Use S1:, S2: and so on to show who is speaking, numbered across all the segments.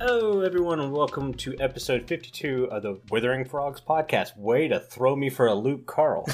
S1: Hello, everyone, and welcome to episode 52 of the Withering Frogs podcast. Way to throw me for a loop, Carl.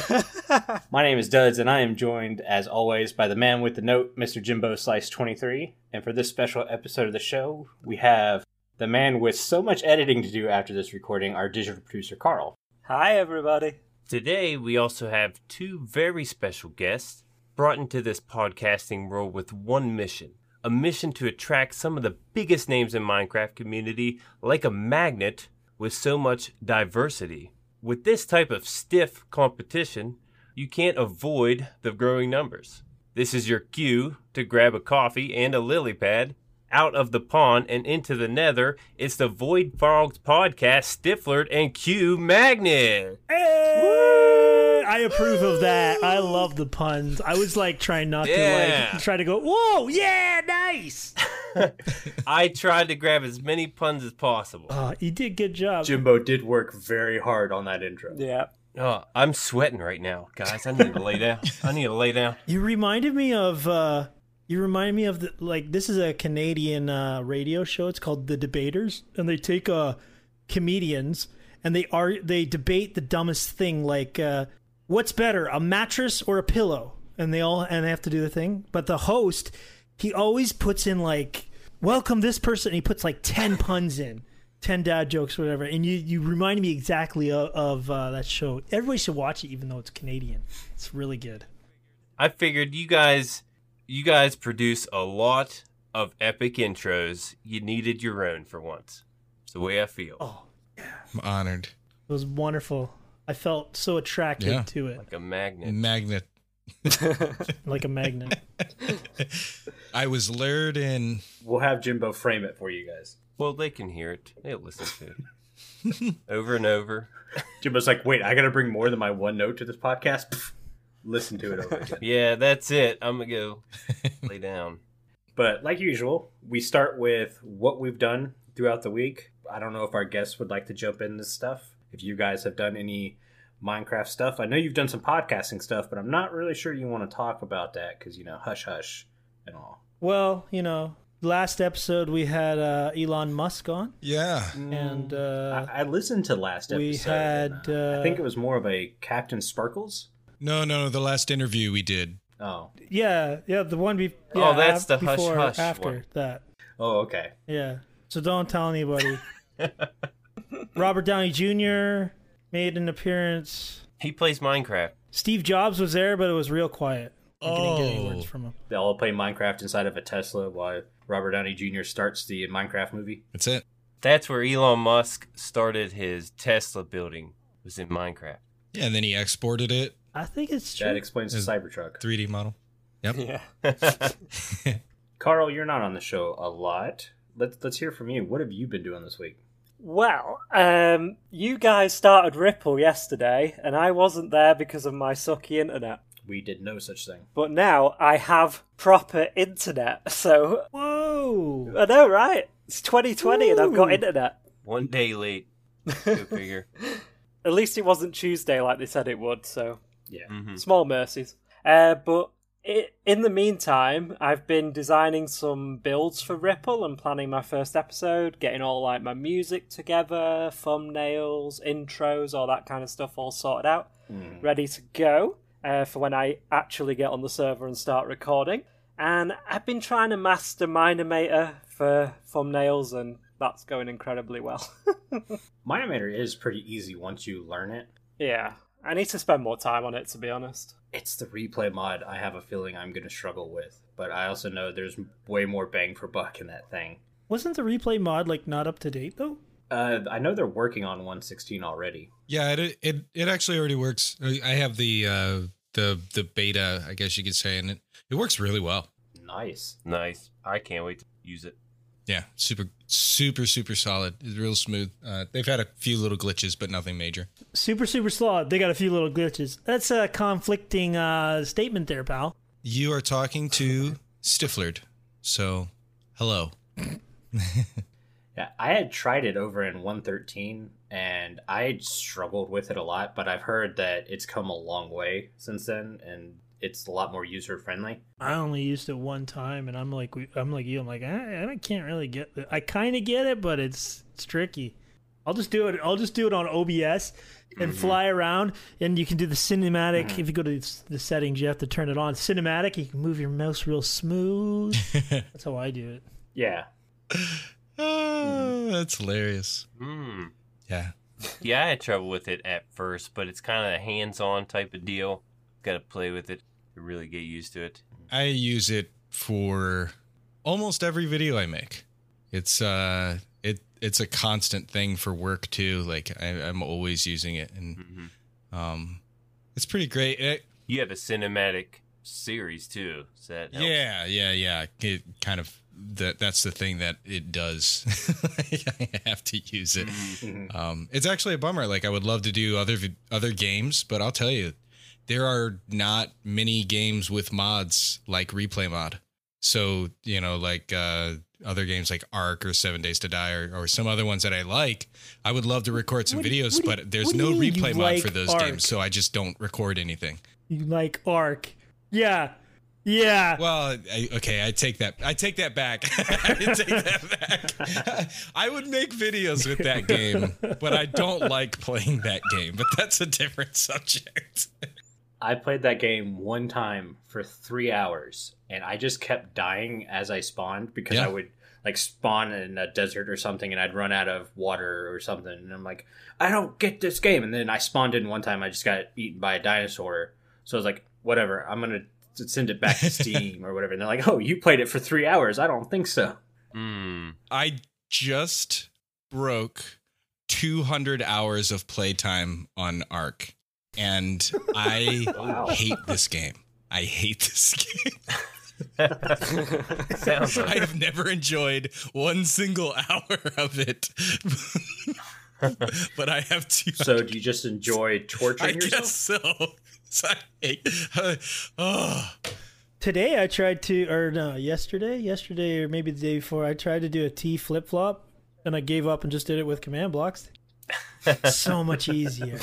S1: My name is Duds, and I am joined, as always, by the man with the note, Mr. Jimbo Slice23. And for this special episode of the show, we have the man with so much editing to do after this recording, our digital producer, Carl.
S2: Hi, everybody.
S3: Today, we also have two very special guests brought into this podcasting world with one mission a mission to attract some of the biggest names in Minecraft community like a magnet with so much diversity. With this type of stiff competition, you can't avoid the growing numbers. This is your cue to grab a coffee and a lily pad. Out of the pond and into the nether, it's the Void Frogs podcast, Stiflerd and Q Magnet.
S2: Hey!
S4: I approve of that. I love the puns. I was like trying not to
S3: Yeah.
S4: like try to go, whoa, yeah, nice.
S3: I tried to grab as many puns as possible.
S4: Uh, you did good job.
S1: Jimbo did work very hard on that intro.
S2: Yeah.
S3: Oh, I'm sweating right now, guys. I need to lay down. I need to lay down.
S4: You reminded me of uh you remind me of the like this is a Canadian uh radio show. It's called The Debaters and they take uh comedians and they are they debate the dumbest thing like uh what's better, a mattress or a pillow? And they all and they have to do the thing. But the host, he always puts in like welcome this person and he puts like 10 puns in. 10 dad jokes whatever. And you you remind me exactly of, of uh, that show. Everybody should watch it even though it's Canadian. It's really good.
S3: I figured you guys, you guys produce a lot of epic intros. You needed your own for once. It's the way I feel.
S4: Oh,
S5: I'm honored.
S4: It was wonderful. I felt so attracted
S5: Yeah.
S4: to it,
S3: Like a
S5: Mm.
S3: magnet.
S5: Magnet.
S4: like a magnet.
S5: I was lured in.
S1: We'll have Jimbo frame it for you guys.
S3: Well, they can hear it. They'll listen to it over and over.
S1: Jimbo's like, wait, I gotta bring more than my one note to this podcast? Pfft, listen to it over again.
S3: Yeah, that's it. I'm gonna go lay down.
S1: But like usual, we start with what we've done throughout the week. I don't know if our guests would like to jump in this stuff. If you guys have done any Minecraft stuff, I know you've done some podcasting stuff, but I'm not really sure you want to talk about that because you know, hush hush and all.
S4: well, you know, last episode we had uh, Elon Musk on,
S5: Yeah.
S4: and uh,
S1: I, I listened to last episode.
S4: we
S1: and,
S4: had,
S1: uh, I
S4: uh,
S1: think it was more of a Captain Sparkles.
S5: No, no, the last interview we did.
S1: Oh,
S4: yeah, yeah, the one be-
S3: Oh,
S4: yeah,
S3: that's the hush
S4: before,
S3: hush
S4: after
S3: one.
S4: that,
S1: oh, okay.
S4: yeah. So don't tell anybody. Robert Downey Jr. made an appearance.
S3: He plays Minecraft.
S4: Steve Jobs was there, but it was real quiet. I didn't get any
S5: Oh.
S4: words from him.
S1: They all play Minecraft inside of a Tesla while Robert Downey Jr. starts the Minecraft movie.
S5: That's it.
S3: That's where Elon Musk started his Tesla building. Was in Minecraft.
S5: Yeah, and then he exported it,
S4: I think it's true.
S1: That explains the
S5: Is-
S1: Cybertruck.
S5: 3D model. Yep.
S2: Yeah.
S1: Carl, you're not on the show a lot. Let's let's hear from you. What have you been doing this week?
S2: Well, um, you guys started Ripple yesterday, and I wasn't there because of my sucky internet.
S1: We did no such thing.
S2: But now I have proper internet, so
S4: Whoa!
S2: I know, right? It's 2020, and I've got
S4: Ooh.
S2: internet.
S3: One day late. Go figure.
S2: At least it wasn't Tuesday like they said it would, so
S1: Yeah.
S4: Mm-hmm. Hmm.
S2: small mercies. Uh, but i in the meantime, I've been designing some builds for Ripple and planning my first episode, getting all like my music together, thumbnails, intros, all that kind of stuff all sorted out, ready to go uh, for when I actually get on the server and start recording. And I've been trying to master Minimator for thumbnails, and that's going incredibly well.
S1: Minimator is pretty easy once you learn it.
S2: yeah, I need to spend more time on it to be honest.
S1: It's the replay mod I have a feeling I'm going to struggle with, but I also know there's way more bang for buck in that thing.
S4: Wasn't the replay mod like not up to date though?
S1: Uh, I know they're working on 116 already.
S5: Yeah, it it it actually already works. I I have the uh the the beta, I guess you could say, and it, it works really well.
S1: Nice.
S3: Nice. I can't wait to use it.
S5: Yeah, super super super solid. It's real smooth. Uh they've had a few little glitches, but nothing major.
S4: Super Super Sloth, they got a few little glitches. That's a conflicting uh, statement there, pal.
S5: You are talking to Stiflerd. So, hello.
S1: Yeah, I had tried it over in 113 and I had struggled with it a lot, but I've heard that it's come a long way since then and it's a lot more user friendly.
S4: I only used it one time, and I'm like, I'm like you. I'm like, I, I can't really get. It. I kind of get it, but it's it's tricky. I'll just do it. I'll just do it on OBS and fly around, and you can do the cinematic. If you go to the settings, you have to turn it on. Cinematic, you can move your mouse real smooth. That's how I do it.
S1: Yeah.
S5: Oh, that's hilarious.
S3: Hmm.
S5: Yeah.
S3: Yeah, I had trouble with it at first, but it's kind of a hands-on type of deal. Got to play with it to really get used to it.
S5: I use it for almost every video I make. It's uh it it's a constant thing for work too. Like I, I'm always using it and
S3: hmm
S5: um it's pretty great. It-
S3: You have a cinematic series too, so that helps.
S5: yeah, yeah, yeah. It kind of that that's the thing that it does. I have to use it.
S1: Mm-hmm.
S4: Mm-hmm.
S5: Um, it's actually a bummer. Like I would love to do other vi- other games, but I'll tell you, there are not many games with mods like Replay Mod. So you know, like uh, other games like Arc or Seven Days to Die or, or some other ones that I like, I would love to record some
S4: What do you-
S5: videos,
S4: what do you-
S5: but there's
S4: what do
S5: no
S4: you mean you
S5: Replay Mod
S4: like
S5: for those
S4: Arc?
S5: games, so I just don't record anything.
S4: You like Arc? Yeah, yeah.
S5: Well, I, okay, I take that. I take that back. I take that back. I would make videos with that game, but I don't like playing that game. But that's a different subject.
S1: I played that game one time for three hours, and I just kept dying as I spawned because
S5: Yeah.
S1: I would like spawn in a desert or something, and I'd run out of water or something, and I'm like, I don't get this game. And then I spawned in one time, I just got eaten by a dinosaur, so I was like, whatever, I'm gonna s- send it back to Steam or whatever. And they're like, oh, you played it for three hours? I don't think so.
S3: Mm.
S5: I just broke 200 hours of playtime on Arc, and I
S1: Wow.
S5: hate this game. I hate this game.
S3: Sounds
S5: I
S3: like
S5: have never enjoyed one single hour of it, but I have two.
S1: So do you just enjoy torturing
S5: I
S1: yourself?
S5: guess so. So uh, I hate- oh,
S4: Today I tried to, or no, yesterday, yesterday or maybe the day before, I tried to do a T flip flop, and I gave up and just did it with command blocks. so much easier.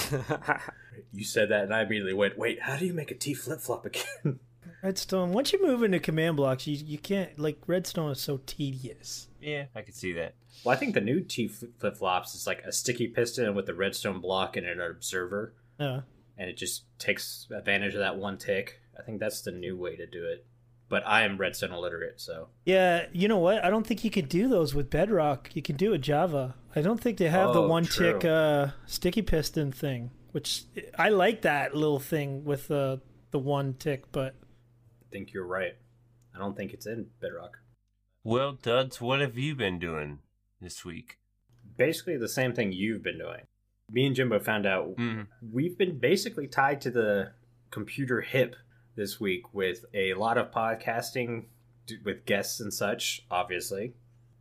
S1: You said that, and I immediately went, wait, how do you make a T flip flop again?
S4: Redstone. Once you move into command blocks, you you can't like redstone is so tedious.
S3: yeah, I could see that.
S1: Well, I think the new T flip flops is like a sticky piston with a redstone block and an observer,
S4: Uh,
S1: and it just takes advantage of that one tick. I think that's the new way to do it. But I am redstone illiterate, so
S4: yeah, you know what? I don't think you can do those with Bedrock. You can do it with Java. I don't think they have the
S1: Oh,
S4: one
S1: true.
S4: tick uh, sticky piston thing, which I like that little thing with the the one tick, but
S1: I think you're right. I don't think it's in Bedrock.
S3: Well, Duds, what have you been doing this week?
S1: Basically, the same thing you've been doing. Me and Jimbo found out
S3: Mm.
S1: we've been basically tied to the computer hip this week with a lot of podcasting d- with guests and such obviously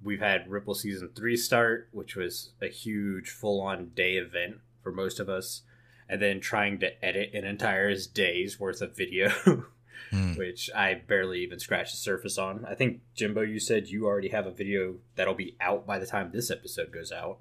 S1: we've had ripple season 3 start which was a huge full-on day event for most of us and then trying to edit an entire day's worth of video
S5: Hmm.
S1: which i barely even scratched the surface on i think jimbo you said you already have a video that'll be out by the time this episode goes out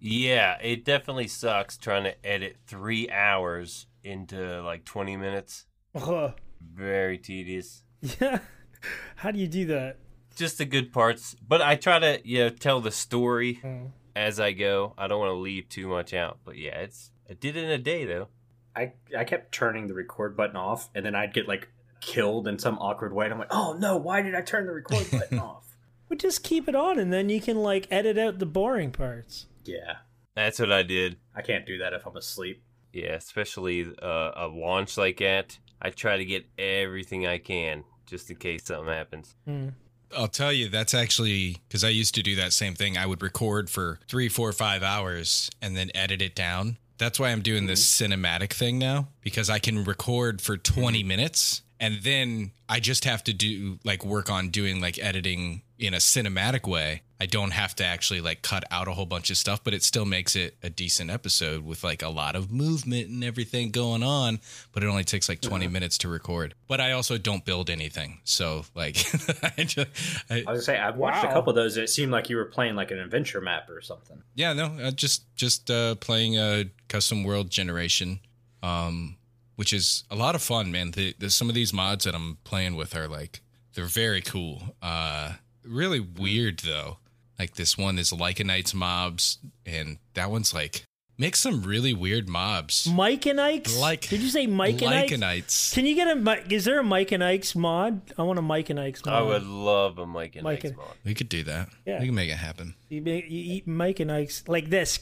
S3: Yeah, it definitely sucks trying to edit three hours into like 20 minutes.
S4: Ugh.
S3: Very tedious.
S4: yeah, how do you do that?
S3: Just the good parts, but I try to you know tell the story
S4: Mm.
S3: as I go. I don't want to leave too much out, but yeah, it's I did it in a day though.
S1: I I kept turning the record button off, and then I'd get like killed in some awkward way. And I'm like, oh no, why did I turn the record button off?
S4: Well, just keep it on, and then you can like edit out the boring parts.
S1: Yeah,
S3: That's what I did.
S1: I can't do that if I'm asleep.
S3: Yeah, especially uh, a launch like that. I try to get everything I can just in case something happens.
S4: Mm.
S5: I'll tell you, that's actually because I used to do that same thing. I would record for three, four, five hours and then edit it down. That's why I'm doing this cinematic thing now because I can record for 20 minutes and then I just have to do like work on doing like editing in a cinematic way. I don't have to actually like cut out a whole bunch of stuff, but it still makes it a decent episode with like a lot of movement and everything going on. But it only takes like 20 minutes to record. But I also don't build anything. So, like, I just, I,
S1: I was gonna say I've watched a
S4: Wow.
S1: couple of those. It seemed like you were playing like an adventure map or something.
S5: yeah, no, uh, just, just uh, playing a custom world generation. Um, which is a lot of fun, man. The, the, some of these mods that I'm playing with are like they're very cool. Uh, really weird though. Like this one is Lycanites mobs, and that one's like make some really weird mobs.
S4: Mike and Ike's.
S5: Like-
S4: did you say Mike and Ike's?
S5: Lycanites.
S4: Can you get a? Mi- Is there a Mike and Ike's mod? I want a Mike and Ike's mod.
S3: I would love a Mike and
S4: Mike
S3: Ike's
S4: Uh, and-
S3: mod.
S5: We could do that.
S4: Yeah.
S5: We can make it happen.
S4: You, make, you eat Mike and Ike's like this,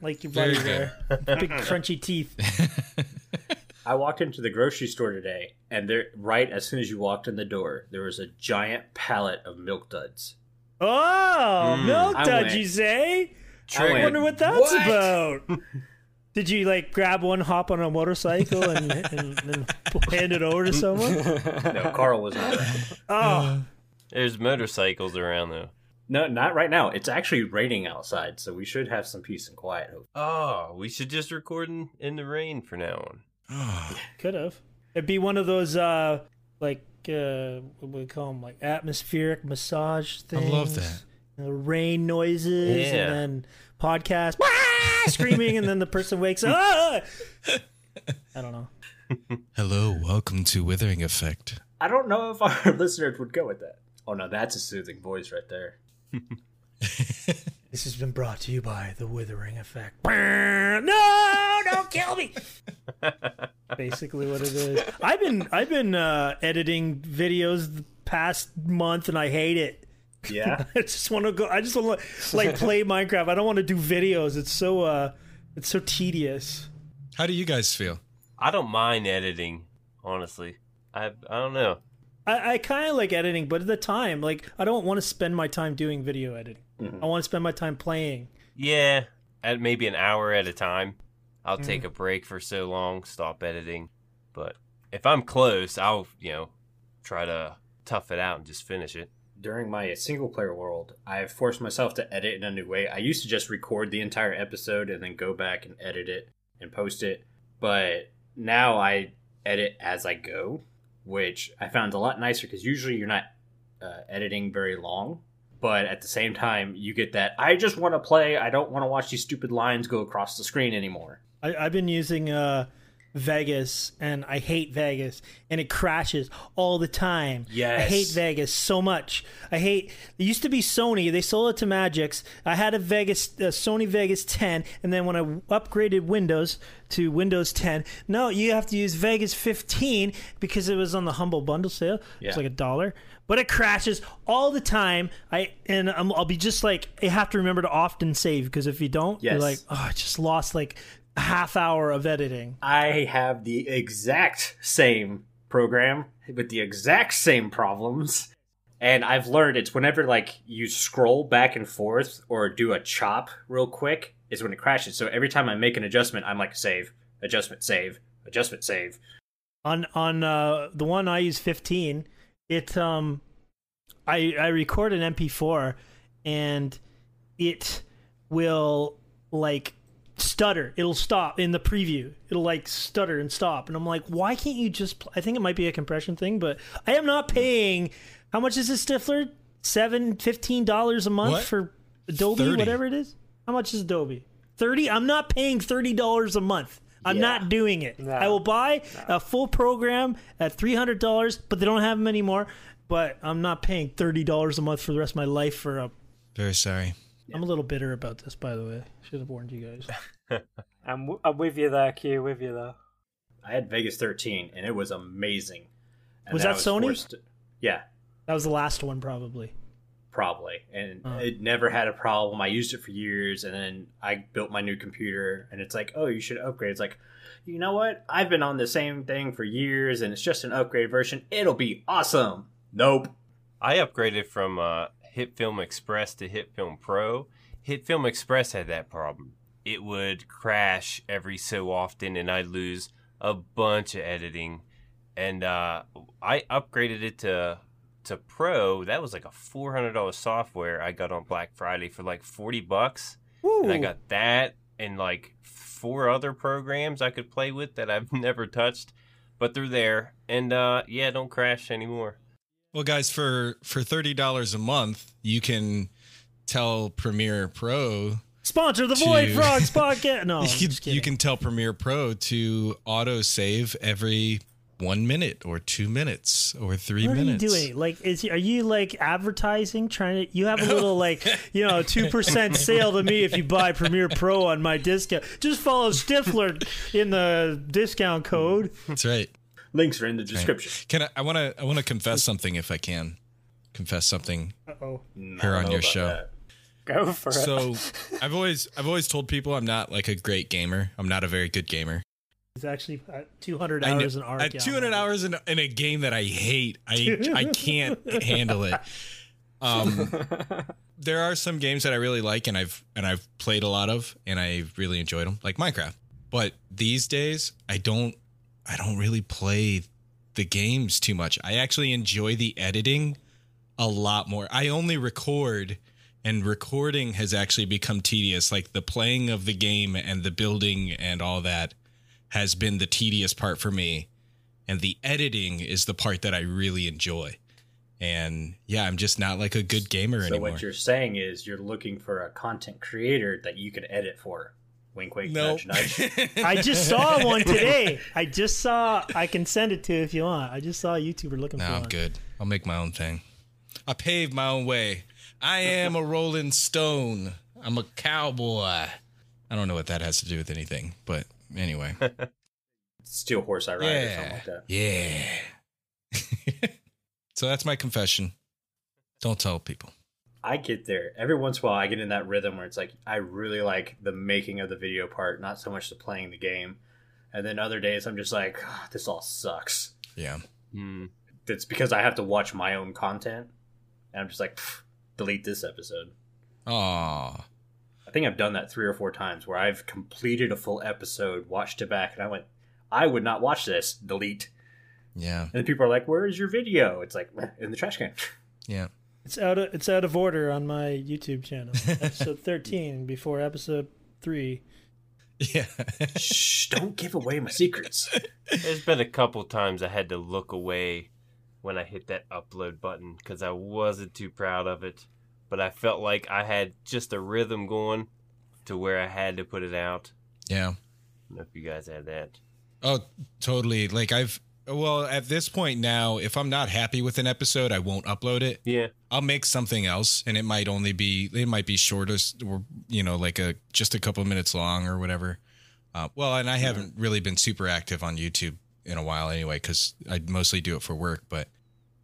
S4: like your
S5: Very
S4: buddy there, big crunchy teeth.
S1: I walked into the grocery store today, and there, right as soon as you walked in the door, there was a giant pallet of milk duds.
S4: Oh, milk
S1: I
S4: dud,
S1: went-
S4: you say?
S1: I
S4: I
S1: went,
S4: wonder what that's about. Did you like grab one, hop on a motorcycle, and and, and hand it over to someone?
S1: No, Carl was not. around.
S4: Oh,
S3: There's motorcycles around though.
S1: No, not right now. It's actually raining outside, so we should have some peace and quiet. Hopefully.
S3: Oh, we should just record in, in the rain for now on.
S5: Oh,
S4: could have. It'd be one of those uh like uh what do we call them like atmospheric massage
S5: I
S4: things.
S5: love that.
S4: The rain noises
S3: Yeah.
S4: and then podcast "Wah!" screaming and then the person wakes up. "Ah!" I don't know.
S5: Hello, welcome to Withering Effect.
S1: I don't know if our listeners would go with that. Oh no, that's a soothing voice right there.
S4: This has been brought to you by the Withering Effect. No, don't kill me. Basically, what it is. I've been I've been uh, editing videos the past month, and I hate it.
S1: Yeah,
S4: I just want to go. I just want to like play Minecraft. I don't want to do videos. It's so uh, it's so tedious.
S5: How do you guys feel?
S3: I don't mind editing, honestly. I I don't know.
S4: I, I kind of like editing, but at the time, like I don't want to spend my time doing video editing. I want to spend my time playing.
S3: Yeah, at maybe an hour at a time. I'll take a break for so long, stop editing. But if I'm close, I'll, you know, try to tough it out and just finish it.
S1: during my single player world, I've forced myself to edit in a new way. I used to just record the entire episode and then go back and edit it and post it, but now I edit as I go, which I found a lot nicer because usually you're not uh, editing very long. But at the same time, you get that I just want to play. I don't want to watch these stupid lines go across the screen anymore.
S4: I, I've been using uh, Vegas, and I hate Vegas, and it crashes all the time. I
S1: Yes.
S4: hate Vegas so much. I hate. It used to be Sony. They sold it to Magix. I had a Vegas a Sony Vegas 10, and then when I upgraded Windows to Windows 10, no, you have to use Vegas 15 because it was on the Humble Bundle sale.
S1: Yeah.
S4: It's like a dollar, but it crashes all the time. I and I'm, I'll be just like I have to remember to often save because if you don't,
S1: Yes.
S4: you're like, oh, I just lost like a half hour of editing.
S1: I have the exact same program with the exact same problems. And I've learned it's whenever like you scroll back and forth or do a chop real quick is when it crashes. So every time I make an adjustment, I'm like save, adjustment, save, adjustment, save.
S4: On on uh, the one I use 15, it um, I I record an MP4 and it will like stutter. It'll stop in the preview. It'll like stutter and stop. And I'm like, why can't you just? Pl-? I think it might be a compression thing, but I am not paying. How much is this Stifler? Seven, fifteen dollars a month
S5: What?
S4: for Adobe,
S5: 30.
S4: whatever it is. How much is Adobe? Thirty. I'm not paying thirty dollars a month. I'm
S1: Yeah.
S4: not doing it. I will buy a full program at three hundred dollars, but they don't have them anymore. But I'm not paying thirty dollars a month for the rest of my life for a
S5: Very sorry.
S4: I'm a little bitter about this, by the way. Should have warned you guys.
S2: I'm, w- I'm with you there, Q. With you there.
S1: I had Vegas 13 and it was amazing. And
S4: Was
S1: then I
S4: that Sony?
S1: forced- yeah,
S4: That was the last one, probably.
S1: probably. And it never had a problem. I used it for years and then I built my new computer and it's like, oh, you should upgrade. It's like, you know what? I've been on the same thing for years and it's just an upgrade version. It'll be awesome. Nope.
S3: I upgraded from uh, HitFilm Express to HitFilm Pro. HitFilm Express had that problem. It would crash every so often, and I'd lose a bunch of editing. And uh, I upgraded it to to Pro. That was like a four hundred dollars software I got on Black Friday for like forty bucks, and I got that and like four other programs I could play with that I've never touched, but they're there. And uh, yeah, don't crash anymore.
S5: Well, guys, for for thirty dollars a month, you can tell Premiere Pro
S4: Sponsor the Void
S5: To-
S4: Frogs podcast. No, Oh, I'm
S5: you,
S4: just
S5: can, you
S4: kidding.
S5: can tell Premiere Pro to auto save every one minute or two minutes or three
S4: What
S5: minutes.
S4: are you doing? Like, is are you like advertising? Trying to? You have a little like, you know, two percent sale to me if you buy Premiere Pro on my discount. Just follow Stifler in the discount code.
S5: That's right.
S1: Links are in the description.
S5: Can I? I want to. I want to confess something if I can. Confess something
S4: Oh,
S5: here on your
S1: about
S5: show.
S1: that.
S2: Go for it.
S5: So I've always I've always told people I'm not like a great gamer. I'm not a very good gamer.
S4: it's actually uh, two hundred
S5: I uh, know-
S4: hours an arc.
S5: At
S4: yeah,
S5: 200 hours in, in a game that I hate, I I can't handle it. Um, there are some games that I really like, and I've and I've played a lot of, and I really enjoyed them, like Minecraft. But these days, I don't I don't really play the games too much. I actually enjoy the editing a lot more. I only record and recording has actually become tedious. Like the playing of the game and the building and all that has been the tedious part for me. And the editing is the part that I really enjoy. And yeah, I'm just not like a good gamer
S1: So
S5: anymore.
S1: what you're saying is you're looking for a content creator that you can edit for. Wink, wink,
S5: no.
S1: nudge, nudge.
S4: I just saw one today. I just saw. I can send it to you if you want. I just saw a YouTuber looking
S5: no,
S4: for
S5: I'm
S4: one.
S5: good. I'll make my own thing. I pave my own way. I am a rolling stone. I'm a cowboy. I don't know what that has to do with anything, but anyway.
S1: Steel horse I ride or something like that.
S5: Yeah. so that's my confession. Don't tell people.
S1: I get there every once in a while. I get in that rhythm where it's like I really like the making of the video part, not so much the playing the game. And then other days I'm just like, "Ah, this all sucks.
S5: Yeah.
S3: Hmm.
S1: That's because I have to watch my own content, and I'm just like, "Pff, delete this episode.
S5: Aw.
S1: I think I've done that three or four times where I've completed a full episode, watched it back, and I went, I would not watch this. Delete.
S5: Yeah.
S1: And then people are like, "Where is your video?" It's like "Meh, in the trash can.
S5: Yeah.
S4: It's out. Of, it's out of order on my YouTube channel. Episode thirteen before episode three.
S5: Yeah.
S1: Shh! Don't give away my secrets.
S3: There's been a couple times I had to look away when I hit that upload button because I wasn't too proud of it, but I felt like I had just a rhythm going to where I had to put it out.
S5: yeah.
S3: I don't know if you guys had that.
S5: Oh, totally. Like I've well, at this point now, if I'm not happy with an episode, I won't upload it.
S3: Yeah.
S5: I'll make something else and it might only be it might be shortest or you know, like a just a couple minutes long or whatever. Uh, well, and I haven't really been super active on YouTube in a while anyway cuz I mostly do it for work, but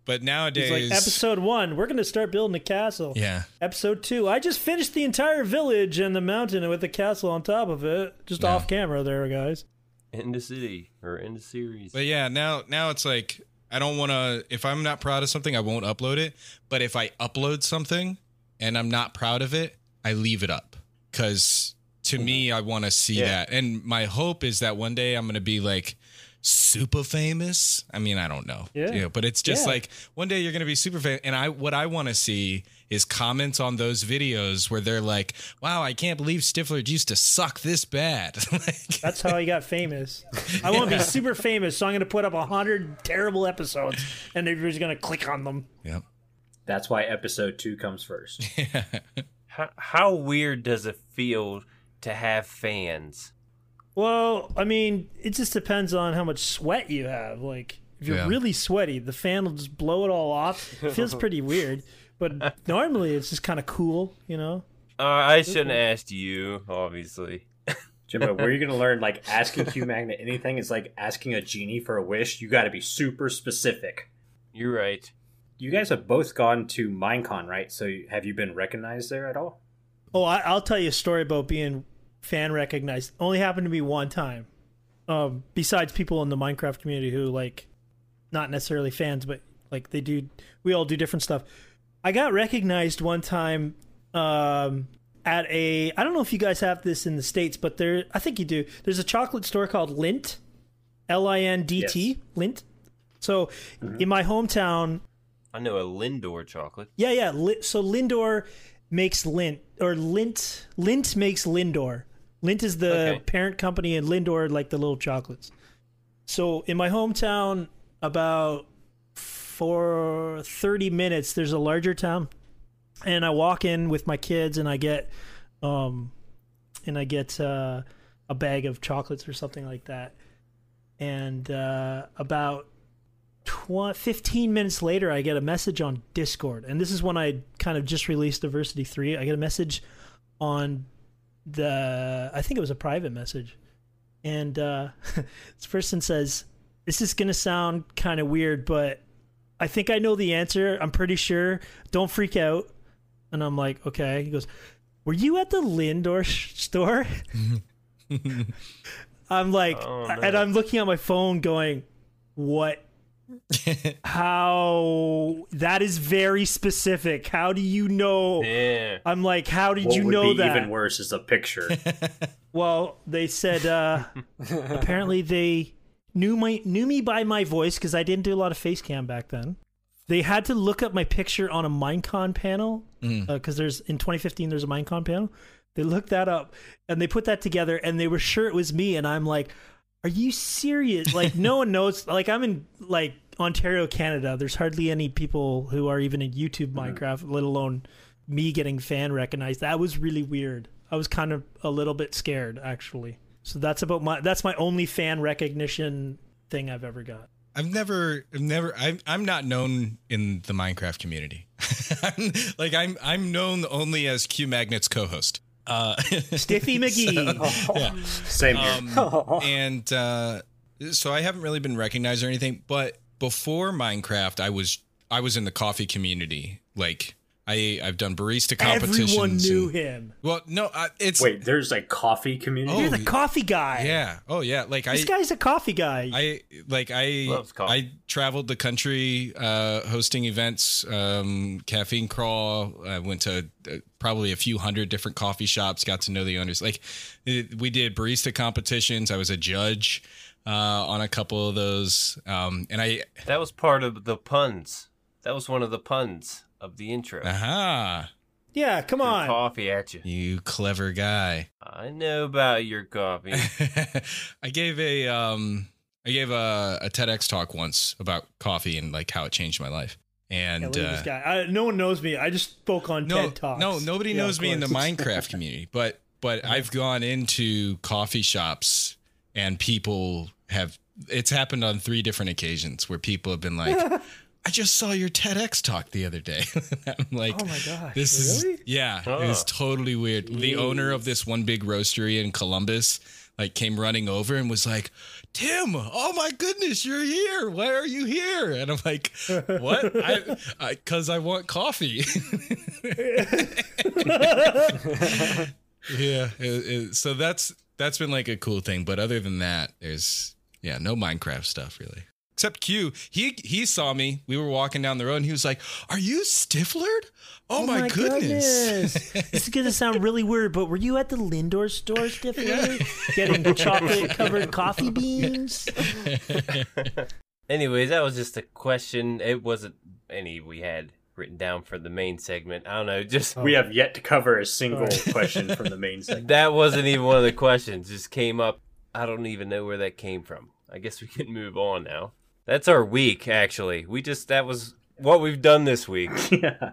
S5: but nowadays
S4: It's like episode one. We're gonna start building a castle.
S5: Yeah.
S4: Episode two. I just finished the entire village and the mountain with the castle on top of it. Just
S5: Yeah.
S4: off camera, there, guys.
S3: In the city or in the series.
S5: But yeah, now now it's like I don't want to. If I'm not proud of something, I won't upload it. But if I upload something and I'm not proud of it, I leave it up because to me, I want to see
S3: Yeah.
S5: that. And my hope is that one day I'm gonna be like super famous. I mean, I don't know,
S4: Yeah.
S5: You know, but it's just
S4: Yeah.
S5: like one day you're gonna be super famous. And I what I want to see is comments on those videos where they're like, "Wow, I can't believe Stifler used to suck this bad." like,
S4: That's how I got famous. I want to be super famous, so I'm gonna put up a hundred terrible episodes, and everybody's gonna click on them.
S5: yep.
S1: That's why episode two comes first.
S3: How, how weird does it feel to have fans?
S4: Well, I mean, it just depends on how much sweat you have. Like, if you're
S5: Yeah.
S4: really sweaty, the fan will just blow it all off. It feels pretty weird, but normally it's just kind of cool, you know?
S3: Uh, I shouldn't have asked you, obviously.
S1: Jimbo, where are you going to learn like asking Q Magnet anything is like asking a genie for a wish? You got to be super specific.
S3: You're right.
S1: You guys have both gone to Minecon, right? So have you been recognized there at all?
S4: Oh, I, I'll tell you a story about being fan recognized. Only happened to me one time. Um, besides people in the Minecraft community who like, not necessarily fans, but like they do. We all do different stuff. I got recognized one time um, at a. I don't know if you guys have this in the states, but there. I think you do. There's a chocolate store called Lint, L I N D
S1: Yes.
S4: T, Lint. So in my hometown,
S3: I know a Lindor chocolate.
S4: yeah, yeah. Li- so Lindor makes Lint, or Lint Lint makes Lindor. Lint is the
S3: Okay.
S4: parent company, and Lindor like the little chocolates. So in my hometown, about for thirty minutes, there's a larger town, and I walk in with my kids, and I get um, and I get uh, a bag of chocolates or something like that. And uh, about tw- 15 minutes later, I get a message on Discord. And this is when I kind of just released Diversity 3. I get a message on the, I think it was a private message. And uh, this person says, This is going to sound kind of weird, but I think I know the answer. I'm pretty sure. Don't freak out. And I'm like, Okay. He goes, Were you at the Lindor sh- store? I'm like,
S3: Oh, no.
S4: and I'm looking at my phone going, What how that is very specific. How do you know?
S3: Yeah.
S4: I'm like, how did
S1: What
S4: you
S1: would
S4: know
S1: be
S4: that?
S1: even worse is a picture.
S4: well, they said uh apparently they knew my knew me by my voice because I didn't do a lot of face cam back then. They had to look up my picture on a Minecon panel because there's in 2015 there's a Minecon panel. They looked that up and they put that together and they were sure it was me and I'm like, are you serious? Like no one knows. Like I'm in like Ontario, Canada. There's hardly any people who are even in YouTube Minecraft, let alone me getting fan recognized. That was really weird. I was kind of a little bit scared actually. So that's about my that's my only fan recognition thing I've ever got.
S5: I've never, I've never, I'm, I'm not known in the Minecraft community. I'm, like I'm, I'm known only as Q Magnet's co-host. Uh,
S4: Stiffy McGee.
S1: Same here.
S5: um, and uh, so I haven't really been recognized or anything. But before Minecraft, I was, I was in the coffee community. Like I, I've done barista competitions.
S4: Everyone knew
S5: and-
S4: him.
S5: Well, no, I, it's
S1: Wait, there's a coffee community.
S4: You're
S5: Oh,
S4: the coffee guy.
S5: yeah, oh yeah. Like I,
S4: This guy's a coffee guy.
S5: I like I
S3: Loves coffee.
S5: I traveled the country uh, hosting events, um, caffeine crawl. I went to uh, probably a few hundred different coffee shops. Got to know the owners. Like it, we did barista competitions. I was a judge uh, on a couple of those, um, and I
S3: That was part of the puns. That was one of the puns of the intro.
S5: aha,
S4: yeah, come
S3: Threw
S4: on.
S3: Coffee at you.
S5: you clever guy.
S3: I know about your coffee.
S5: I gave a um, I gave a, a TEDx talk once about coffee and like how it changed my life. And
S4: Yeah, look at
S5: uh,
S4: this guy. I, no one knows me. I just spoke on
S5: no,
S4: TED Talks.
S5: No, nobody
S4: Yeah,
S5: knows
S4: of
S5: me in the
S4: course.
S5: Minecraft community, but but I've gone into coffee shops and people have it's happened on three different occasions where people have been like I just saw your TEDx talk the other day. I'm like,
S4: Oh my gosh,
S5: this
S4: really?
S5: is yeah, it was
S3: Huh.
S5: totally weird. The owner of this one big roastery in Columbus like came running over and was like, "Tim, oh my goodness, you're here. Why are you here?" And I'm like, "What? I, I cuz I want coffee." yeah, it- it- so that's that's been like a cool thing, but other than that, there's yeah, no Minecraft stuff really. Except Q, he he saw me. We were walking down the road, and he was like, "Are you Stiflerd? Oh, my, goodness!"
S4: goodness. this is going to sound really weird, but were you at the Lindor store, Stiffly? Getting chocolate covered coffee beans?
S3: Anyways, that was just a question. It wasn't any we had written down for the main segment. I don't know.
S4: Oh.
S3: Just
S1: We have yet to cover a single question from the main segment.
S3: that wasn't even one of the questions. Just came up. I don't even know where that came from. I guess we can move on now. That's our week, actually. We just that was what we've done this week.
S1: yeah.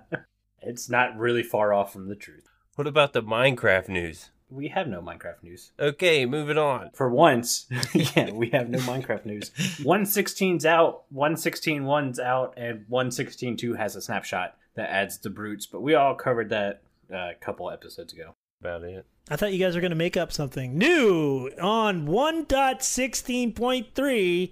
S1: It's not really far off from the truth.
S3: What about the Minecraft news?
S1: We have no Minecraft news.
S3: Okay, moving on.
S1: For once, yeah, we have no Minecraft news. 116's out, 116.1's out, and 116.2 has a snapshot that adds the brutes, but we all covered that uh, a couple episodes ago.
S3: About it.
S4: I thought you guys were going to make up something new on 1.16.3.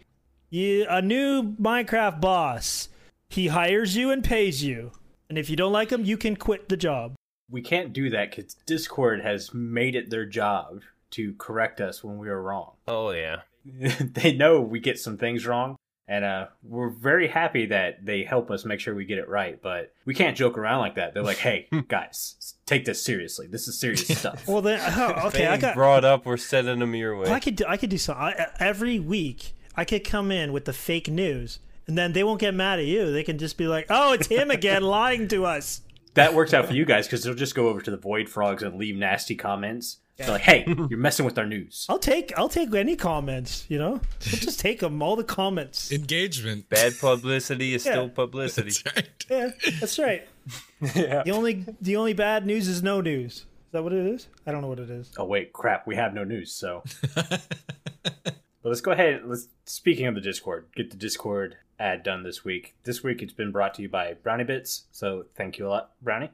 S4: You, a new Minecraft boss. He hires you and pays you. And if you don't like him, you can quit the job.
S1: We can't do that because Discord has made it their job to correct us when we are wrong.
S3: Oh yeah.
S1: they know we get some things wrong and uh, we're very happy that they help us make sure we get it right but we can't joke around like that they're like hey guys s- take this seriously this is serious stuff
S4: Well, then, oh, okay, I
S3: Things
S4: got.
S3: brought up. We're sending them your way.
S4: Well, I could do, I could do something I, every week. I could come in with the fake news, and then they won't get mad at you. They can just be like, "Oh, it's him again, lying to us."
S1: that works out for you guys because they'll just go over to the void frogs and leave nasty comments they're like hey you're messing with our news
S4: I'll take I'll take any comments. You know, I'll just take them all the comments.
S5: Engagement.
S3: Bad publicity is still publicity.
S5: That's right.
S4: Yeah, that's right.
S2: yeah.
S4: The only the only bad news is no news. Is that what it is? I don't know what it is.
S1: Oh wait, crap, we have no news, so But let's go ahead. Let's speaking of the Discord, get the Discord ad done this week. This week it's been brought to you by Brownie Bits, so thank you a lot, Brownie.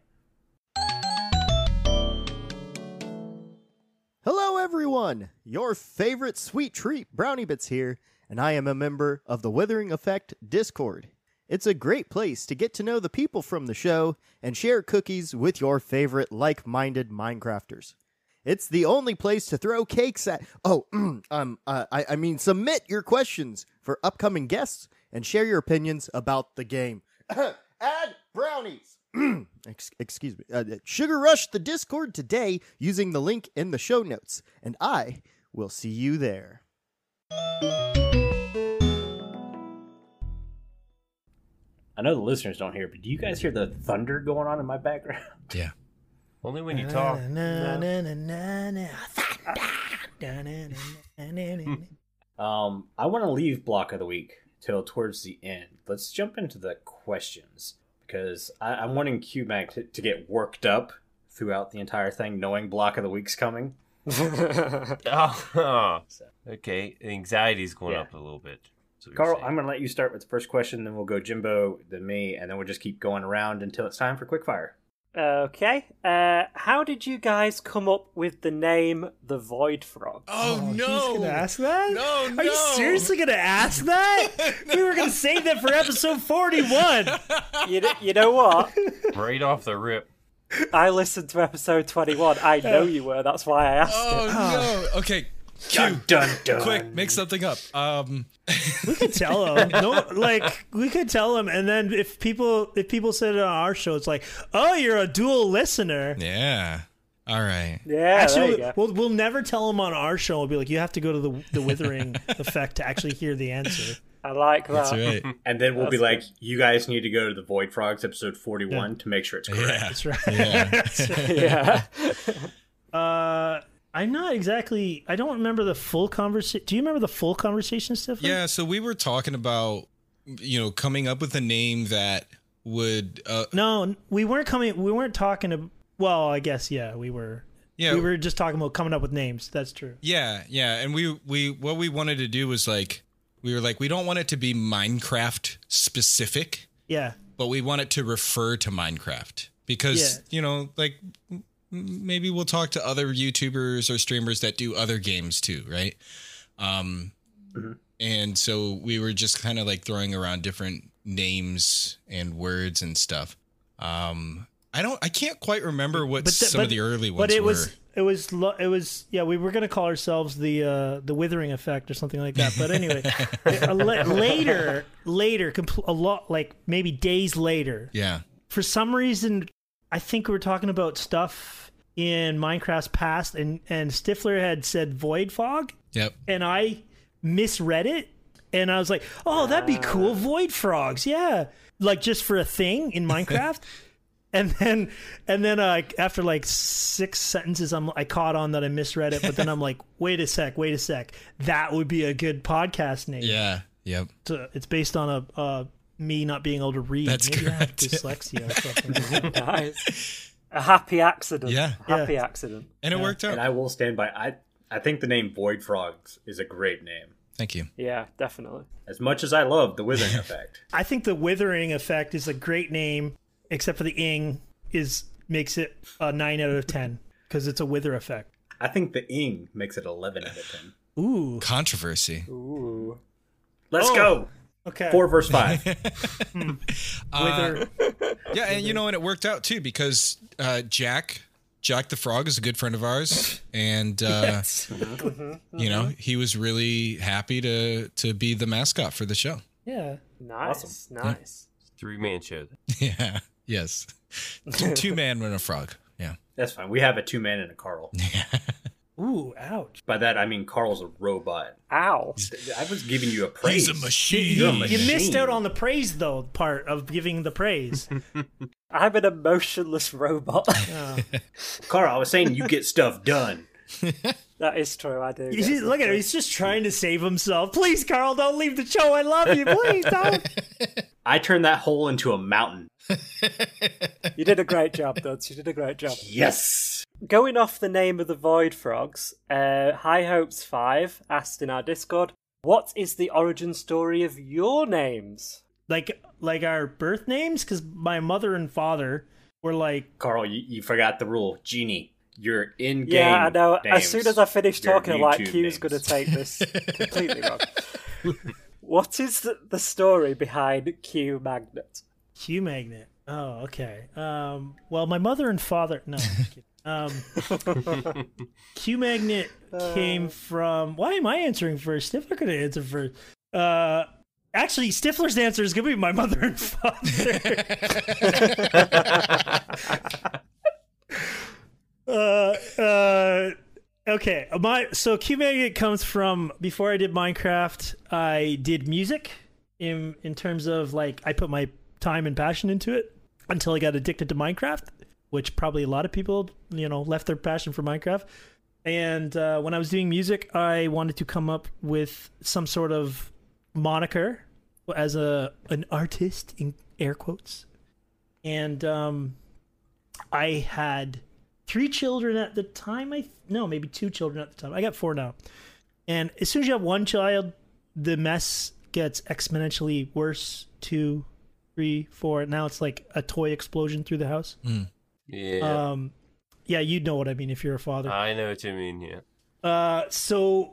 S6: Hello, everyone! Your favorite sweet treat, Brownie Bits here, and I am a member of the Withering Effect Discord. It's a great place to get to know the people from the show and share cookies with your favorite like minded Minecrafters. It's the only place to throw cakes at. Oh, um, uh, I, I mean, submit your questions for upcoming guests and share your opinions about the game. Add brownies! Ex- excuse me. Uh, Sugar Rush the Discord today using the link in the show notes, and I will see you there.
S1: I know the listeners don't hear, but do you guys hear the thunder going on in my background?
S5: yeah.
S3: Only when you talk.
S4: Na, na, na, na, na, thunder. Na, na, na, na, na, na.
S1: Um, I want to leave block of the week till towards the end. Let's jump into the questions because I, I'm wanting Q Mag to, to get worked up throughout the entire thing, knowing block of the week's coming.
S3: Oh, okay. Anxiety's going
S1: Yeah.
S3: up a little bit. So you're
S1: Carl,
S3: saying.
S1: I'm going to let you start with the first question, then we'll go Jimbo, then me, and then we'll just keep going around until it's time for quickfire.
S2: Okay. Uh, how did you guys come up with the name the Void Frog?
S5: Oh,
S4: He's
S5: no!
S4: gonna ask that?
S5: No,
S4: Are you
S5: no.
S4: seriously gonna ask that? We were gonna save that for episode forty-one.
S2: you, kn- you know what?
S3: right off the rip.
S2: I listened to episode 21. I know you were. That's why I asked it.
S5: Oh no! Okay,
S1: Dun, dun, dun.
S5: quick, make something up. Um,
S4: We could tell him. No, like we could tell him, and then if people if people said it on our show, it's like, oh, you're a dual listener.
S5: yeah. All right.
S2: Yeah, there you
S4: Actually,
S2: go.
S4: we'll we'll never tell him on our show. We'll be like, you have to go to the the withering effect to actually hear the answer.
S2: I like
S5: That's
S2: that.
S5: right.
S1: And then we'll be like, you guys need to go to the Void Frogs episode 41 to make sure it's correct.
S5: Yeah.
S4: That's right.
S5: Yeah.
S2: Yeah.
S4: Uh, I'm not exactly. I don't remember the full conversation. Do you remember the full conversation, Stefan?
S5: Yeah, so we were talking about you know coming up with a name that would uh
S4: No, n- we weren't coming. We weren't talking. Ab- well, I guess yeah, we were.
S5: yeah
S4: We were just talking about coming up with names. That's true.
S5: yeah yeah and we we what we wanted to do was like we were like we don't want it to be Minecraft specific
S4: Yeah.
S5: but we want it to refer to Minecraft because
S4: Yeah.
S5: you know like m- maybe we'll talk to other YouTubers or streamers that do other games too right um and so we were just kind of like throwing around different names and words and stuff um I don't I can't quite remember what
S4: But th-
S5: some
S4: but-
S5: of the early ones
S4: But it
S5: were
S4: was. It was. lo- It was. Yeah, we were gonna call ourselves the uh, the withering effect or something like that. But anyway, a la- later, later, compl- a lot like maybe days later,
S5: yeah
S4: for some reason I think we were talking about stuff in Minecraft's past and and Stifler had said void fog
S5: yep
S4: and I misread it and I was like, "Oh, that'd
S5: Ah.
S4: be cool, void frogs." Yeah. Like just for a thing in Minecraft. and then and then uh, after like six sentences I'm I caught on that I misread it, but then I'm like, "Wait a sec, wait a sec. That would be a good podcast name."
S5: yeah yep
S4: So it's based on a uh, me not being able to read.
S5: That's
S4: Maybe I have
S5: correct.
S4: dyslexia or something.
S2: nice. A happy accident.
S5: Yeah.
S2: Happy accident.
S5: and it worked out
S1: And I will stand by. I, I think the name Void Frogs is a great name.
S5: thank you
S2: Yeah, definitely.
S1: As much as I love the Withering Effect.
S4: I think the withering effect is a great name, except for the ing is makes it a nine out of ten because it's a wither effect.
S1: I think the ing makes it 11 out of 10.
S4: Ooh.
S5: controversy
S2: Ooh. Oh.
S1: Let's go.
S4: Okay.
S1: Four verse five.
S4: wither.
S5: Yeah, and you know, and it worked out too because uh, Jack, Jack the Frog, is a good friend of ours, and uh, you know, he was really happy to to be the mascot for the show.
S4: yeah.
S2: Nice. Nice.
S3: Three man show.
S5: Yeah. Yes. Two man and a frog. Yeah.
S1: That's fine. We have a two man and a Carl.
S4: Ooh. Ouch.
S1: By that I mean Carl's a robot.
S2: Ow.
S1: I was giving you a praise.
S5: machine.
S4: You missed out on the praise though part of giving the praise.
S2: I'm an emotionless robot.
S1: Carl, I was saying you get stuff done.
S2: that is true. I do.
S4: You
S2: get
S4: see- look at him. He's just trying to save himself. Please, Carl, don't leave the show. I love you. Please don't.
S1: I turned that hole into a mountain.
S2: You did a great job, Duds. You did a great job.
S1: Yes.
S2: Going off the name of the Void Frogs, uh, High Hopes 5 asked in our Discord, What is the origin story of your names?
S4: Like like our birth names, because my mother and father were like
S1: Carl, you, you forgot the rule. Genie, you're in game.
S2: yeah, I know.
S1: names,
S2: As soon as I finish
S1: your
S2: talking, I'm like,
S1: YouTube
S2: Q's going
S1: names.
S2: to take this completely wrong. what is the, the story behind Q Magnet?
S4: Q magnet. Oh, okay. Um, well, my mother and father. No. I'm kidding. um, Q magnet came from. Why am I answering first? Stifler could answer first. Uh, actually, Stifler's answer is gonna be my mother and father. uh, uh, okay. My so Q magnet comes from before I did Minecraft. I did music in in terms of like I put my time and passion into it until I got addicted to Minecraft, which probably a lot of people you know left their passion for Minecraft. And uh, when I was doing music, I wanted to come up with some sort of moniker as a an artist in air quotes, and um, I had three children at the time. I no, maybe two children at the time. I got four now. And as soon as you have one child, the mess gets exponentially worse. Two, three, four. Now it's like a toy explosion through the house.
S3: Yeah.
S4: Um, yeah, you know what I mean if you're a father.
S3: I know what you mean, yeah.
S4: Uh, so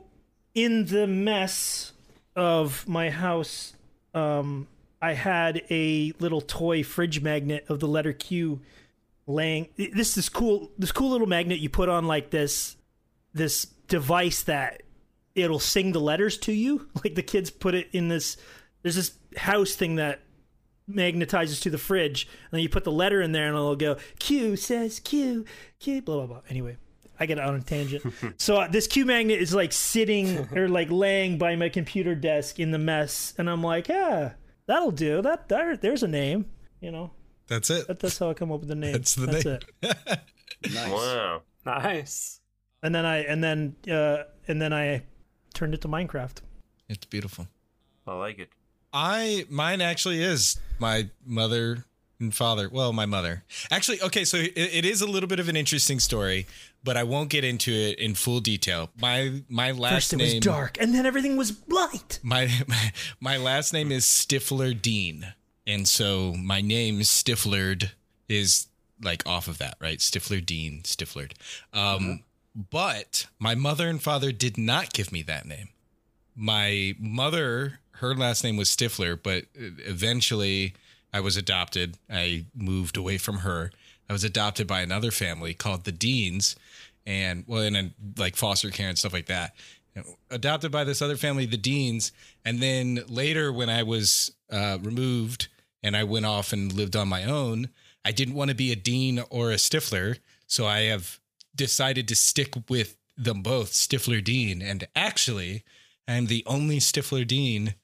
S4: in the mess of my house, um, I had a little toy fridge magnet of the letter Q laying this is cool this cool little magnet you put on like this this device that it'll sing the letters to you like the kids put it in this there's this house thing that magnetizes to the fridge and then you put the letter in there and it'll go q says q q blah blah blah anyway i get out on a tangent so uh, this q magnet is like sitting or like laying by my computer desk in the mess and i'm like yeah that'll do that there, there's a name you know
S5: That's it.
S4: that, that's how i come up with the name
S5: That's the name.
S4: it
S3: Wow.
S2: Nice.
S4: and then i and then uh and then i turned it to minecraft
S5: It's beautiful.
S3: I like it.
S5: I mine actually is my mother and father. Well, my mother actually. Okay, so it, it is a little bit of an interesting story, but I won't get into it in full detail. My my last
S4: first it
S5: name
S4: was dark and then everything was light
S5: My, my my last name is Stifler Dean, and so my name Stiflerd is like off of that, right? Stifler Dean, Stiflerd. Um,
S4: Mm-hmm.
S5: But my mother and father did not give me that name. My mother, her last name was Stifler, but eventually I was adopted. I moved away from her. I was adopted by another family called the Deans, and well, and then like foster care and stuff like that. Adopted by this other family, the Deans, and then later when I was uh, removed and I went off and lived on my own, I didn't want to be a Dean or a Stifler, so I have decided to stick with them both, Stifler Dean, and actually, I'm the only Stifler Dean,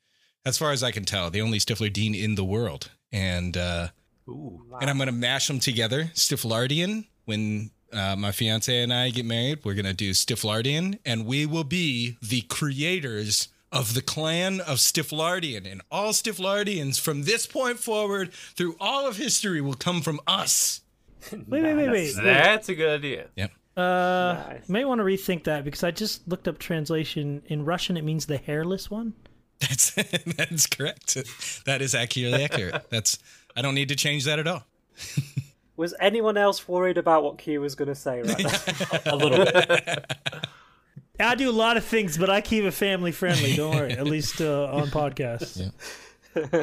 S5: as far as I can tell, the only Stifler Dean in the world, and. uh
S3: Ooh.
S5: and I'm gonna mash them together. Stiflardian. When uh, my fiance and I get married, we're gonna do Stiflardian, and we will be the creators of the clan of Stiflardian. And all Stiflardians from this point forward, through all of history, will come from us.
S4: wait wait wait wait
S3: That's a good idea.
S4: uh
S2: Nice.
S4: you may want to rethink that because i just looked up translation in russian it means the hairless one
S5: That's that's correct. That is accurately accurate. That's I don't need to change that at all.
S2: Was anyone else worried about what Q was going to say right now?
S1: a little bit.
S4: i do a lot of things but i keep it family friendly don't worry at least uh, on podcasts yeah,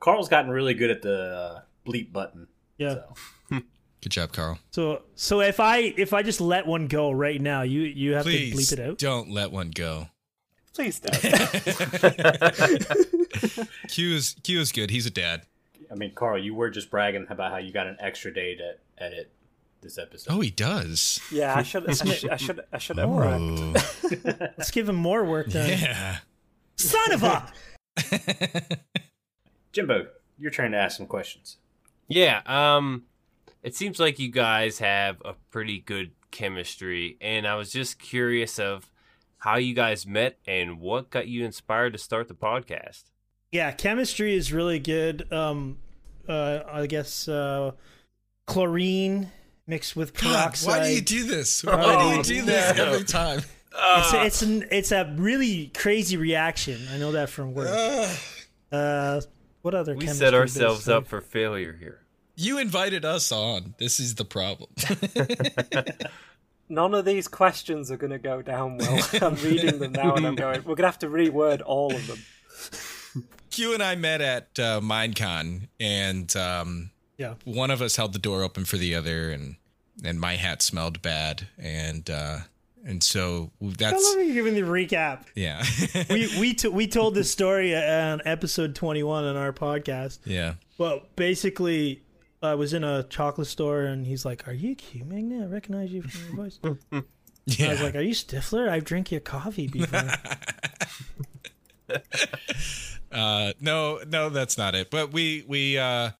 S1: Carl's gotten really good at the uh, bleep button. So.
S5: Good job, Carl.
S4: so so if i if i just let one go right now you you have
S5: Please
S4: to bleep it out
S5: don't let one go.
S2: Please don't.
S5: Q is Q is good. He's a dad.
S1: I mean, Carl, you were just bragging about how you got an extra day to edit this episode.
S5: Oh, he does.
S2: Yeah, I should. I should. I should. I should have.
S4: Oh,
S2: bragged.
S5: Ooh.
S4: let's give him more work then
S5: Yeah.
S4: son of a
S1: Jimbo, you're trying to ask some questions.
S3: Yeah, um it seems like you guys have a pretty good chemistry and I was just curious of how you guys met and what got you inspired to start the podcast.
S4: Yeah, chemistry is really good. Um, uh, I guess uh, chlorine mixed with
S5: God,
S4: peroxide.
S5: why do you do this? Why
S4: Oh,
S5: do you do this
S3: no.
S5: every time?
S4: it's a, it's, an, it's a really crazy reaction. I know that from work.
S5: Ugh.
S4: Uh, what other?
S3: We
S4: chemistry
S3: set
S4: based
S3: ourselves
S4: thing?
S3: up for failure here.
S5: you invited us on. This is the problem.
S2: None of these questions are going to go down well. I'm reading them now and I'm going, we're going to have to reword all of them.
S5: Q and I met at uh, MineCon, and um,
S4: Yeah.
S5: one of us held the door open for the other, and and my hat smelled bad, and uh, and so
S4: I
S5: that's
S4: love you giving the recap.
S5: yeah,
S4: We we t- we told this story on episode twenty one on our podcast.
S5: yeah.
S4: Well, basically, I was in a chocolate store, and he's like, "Are you Q Magna? I recognize you from your voice." And I was
S5: Yeah.
S4: like, "Are you Stifler? I've drank your coffee before."
S5: Uh, no, no, that's not it. But we we uh,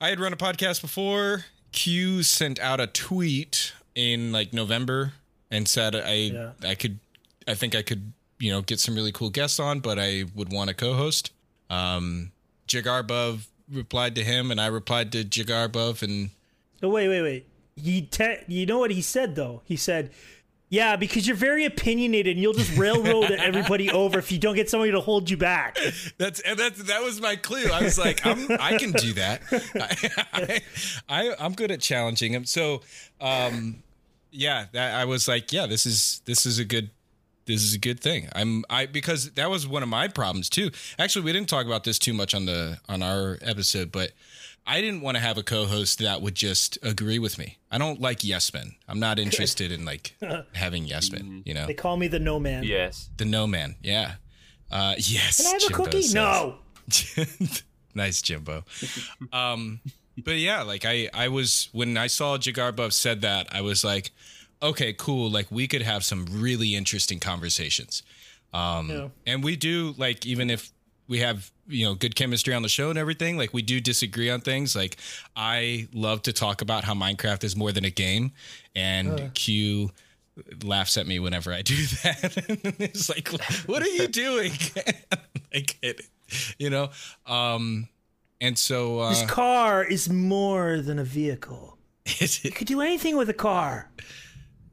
S5: I had run a podcast before. Q sent out a tweet in like November and said I
S4: Yeah.
S5: I could I think I could you know get some really cool guests on, but I would want a co-host. Um, Jigarbov replied to him, and I replied to Jigarbov, and
S4: oh wait, wait, wait. He te- you know what he said though? He said, "Yeah, because you're very opinionated, and you'll just railroad everybody over if you don't get somebody to hold you back."
S5: That's and that's that was my clue. I was like, I'm, I can do that. I, I, I am good at challenging him. So, um, yeah, that, I was like, yeah, this is this is a good this is a good thing. I'm I because that was one of my problems too. Actually, we didn't talk about this too much on the on our episode, but I didn't want to have a co-host that would just agree with me. I don't like yes men. I'm not interested in like having yes men. You know,
S4: They call me the No Man.
S3: Yes.
S5: the no man. Yeah. Uh, yes.
S4: Can I have a
S5: Jimbo
S4: cookie?
S5: says.
S4: No.
S5: nice Jimbo. Um, but yeah, like I, I was when I saw Jagarbov said that, I was like, okay, cool. Like we could have some really interesting conversations. Um,
S4: Yeah.
S5: and we do like even if we have you know good chemistry on the show and everything, like we do disagree on things. Like I love to talk about how Minecraft is more than a game, and Q laughs at me whenever I do that. and it's like, what are you doing? like it, you know. Um, and so uh,
S4: This car is more than a vehicle.
S5: is
S4: You
S5: it,
S4: could do anything with a car.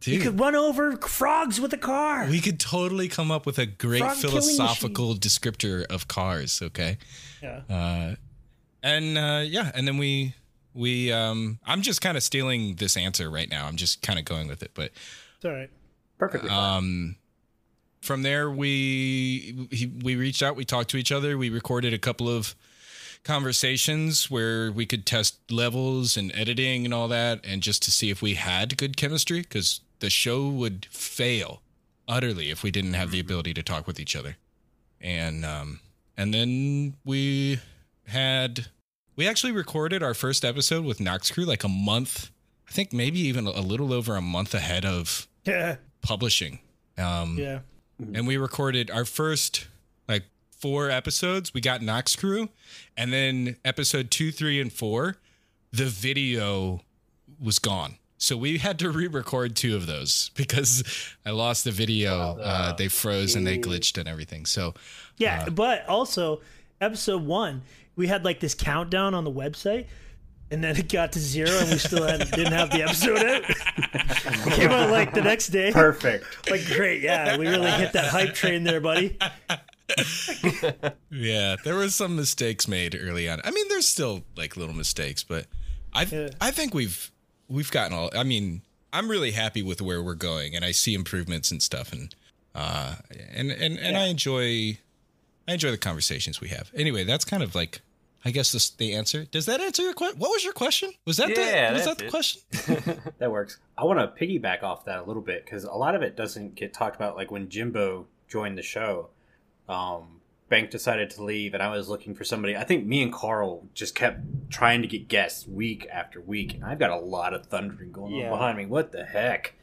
S4: You
S5: dude,
S4: could run over frogs with a car.
S5: we could totally come up with a great
S4: Frog killing
S5: philosophical descriptor of cars. Okay.
S4: Yeah.
S5: Uh, and uh, yeah, and then we we um, I'm just kind of stealing this answer right now. I'm just kind of going with it, but
S4: it's all right.
S2: Perfectly.
S5: um from there we he, we reached out we talked to each other we recorded a couple of conversations where we could test levels and editing and all that and just to see if we had good chemistry because the show would fail utterly if we didn't have the ability to talk with each other and um and then we had we actually recorded our first episode with Nox Crew like a month I think maybe even a little over a month ahead of
S4: Yeah.
S5: publishing. Um,
S4: Yeah.
S5: And we recorded our first like four episodes. We got Knox Crew, and then episode two, three, and four, the video was gone. So we had to re-record two of those because I lost the video. uh, they froze and they glitched and everything. So
S4: Yeah, but also episode one, we had like this countdown on the website, and then it got to zero, and we still had, didn't have the episode out. It came out like the next day.
S1: Perfect.
S4: Like great, yeah, we really hit that hype train there, buddy.
S5: yeah, there were some mistakes made early on. I mean, there's still like little mistakes, but I
S4: Yeah.
S5: I think we've we've gotten all. I mean, I'm really happy with where we're going, and I see improvements and stuff, and uh, and and and I enjoy I enjoy the conversations we have. Anyway, that's kind of like. I guess this, the answer. Does that answer your question? What was your question? Was that
S3: Yeah,
S5: the,
S3: that's
S5: was that the
S3: it.
S5: question?
S1: That works. I want to piggyback off that a little bit because a lot of it doesn't get talked about. Like when Jimbo joined the show, um, Bank decided to leave, and I was looking for somebody. I think me and Carl just kept trying to get guests week after week, and I've got a lot of thundering going
S2: Yeah.
S1: on behind me. What the heck?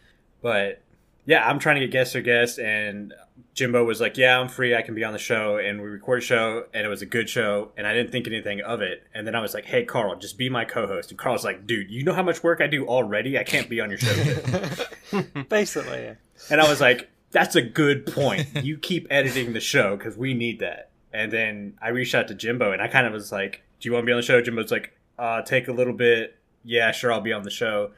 S1: But yeah, I'm trying to get guests or guests, and Jimbo was like, "Yeah, I'm free. I can be on the show." And we recorded a show, and it was a good show, and I didn't think anything of it. And then I was like, "Hey, Carl, just be my co-host." And Carl's like, "Dude, you know how much work I do already? I can't be on your show." today."
S2: Basically, yeah.
S1: and I was like, "That's a good point. You keep editing the show because we need that." And then I reached out to Jimbo, and I kind of was like, "Do you want to be on the show?" Jimbo's like, uh, "Take a little bit. Yeah, sure, I'll be on the show."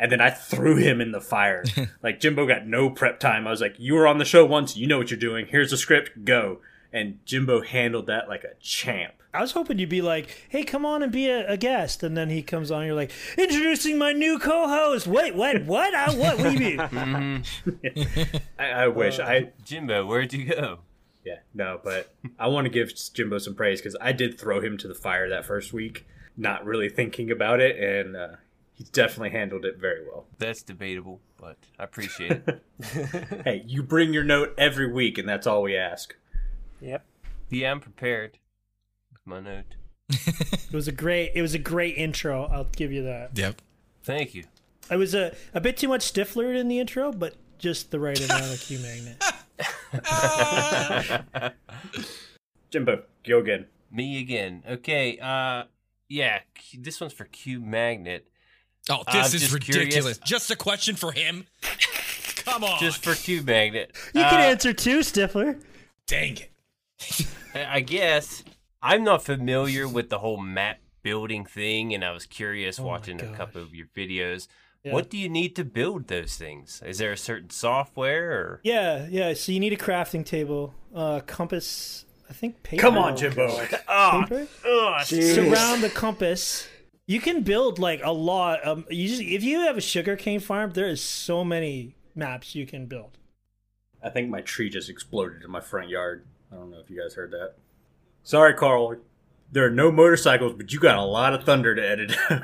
S1: and then I threw him in the fire. like Jimbo got no prep time. I was like, "You were on the show once. You know what you're doing. Here's the script. Go." And Jimbo handled that like a champ.
S4: I was hoping you'd be like, "Hey, come on and be a, a guest," and then he comes on. You're like, "Introducing my new co-host." Wait, what? What? I, what? What do you mean?
S1: I, I wish I
S3: Jimbo, where'd you go?
S1: Yeah, no, but I want to give Jimbo some praise because I did throw him to the fire that first week, not really thinking about it, and uh, he definitely handled it very well.
S3: That's debatable, but I appreciate it.
S1: Hey, you bring your note every week, and that's all we ask.
S2: Yep.
S3: yeah, I'm prepared with my note.
S4: It was a great. It was a great intro. I'll give you that.
S5: Yep.
S3: Thank you.
S4: It was a a bit too much Stifler in the intro, but just the right amount of Q magnet.
S1: Jimbo, go again.
S3: Me again. Okay, uh yeah, Q- this one's for Q Magnet.
S5: Oh,
S3: I'm
S5: this is
S3: just
S5: ridiculous.
S3: curious.
S5: Just a question for him. Come on.
S3: Just for Q Magnet.
S4: You can
S3: Uh,
S4: answer too, Stifler.
S5: Dang it.
S3: I guess I'm not familiar with the whole map building thing, and I was curious watching a couple of your videos. What do you need to build those things? Is there a certain software or
S4: Yeah, yeah. So you need a crafting table, uh, compass. I think paper.
S1: Come on, Jimbo. Ah,
S3: oh,
S4: Paper?
S3: oh,
S4: Surround the compass. You can build like a lot. Um, you just, if you have a sugarcane farm, there is so many maps you can build.
S1: I think my tree just exploded in my front yard. I don't know if you guys heard that. Sorry, Carl. There are no motorcycles, but you got a lot of thunder to edit. out.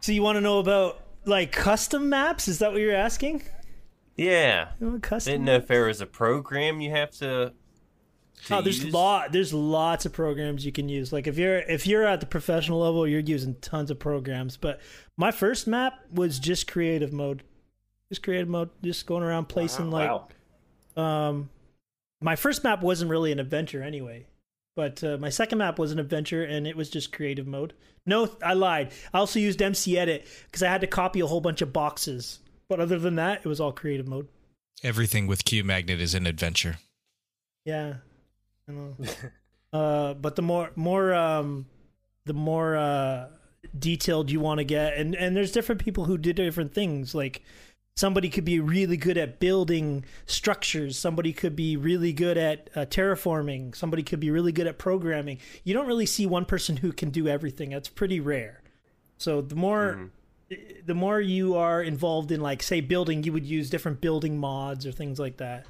S4: So you want to know about like custom maps? Is that what you're asking?
S3: yeah.
S4: You want custom?
S3: Didn't know if there was a program you have to. to
S4: Oh, there's
S3: use.
S4: lot. There's lots of programs you can use. Like if you're if you're at the professional level, you're using tons of programs. But my first map was just creative mode, just creative mode, just going around placing like
S1: wow.
S4: um my first map wasn't really an adventure anyway but uh, my second map was an adventure and it was just creative mode no i lied i also used mc edit because i had to copy a whole bunch of boxes but other than that it was all creative mode
S5: Everything with Q Magnet is an adventure.
S4: yeah I know. uh but the more more um the more uh detailed you want to get and and there's different people who did different things like somebody could be really good at building structures somebody could be really good at uh, terraforming somebody could be really good at programming you don't really see one person who can do everything that's pretty rare so the more the more you are involved in like say building you would use different building mods or things like that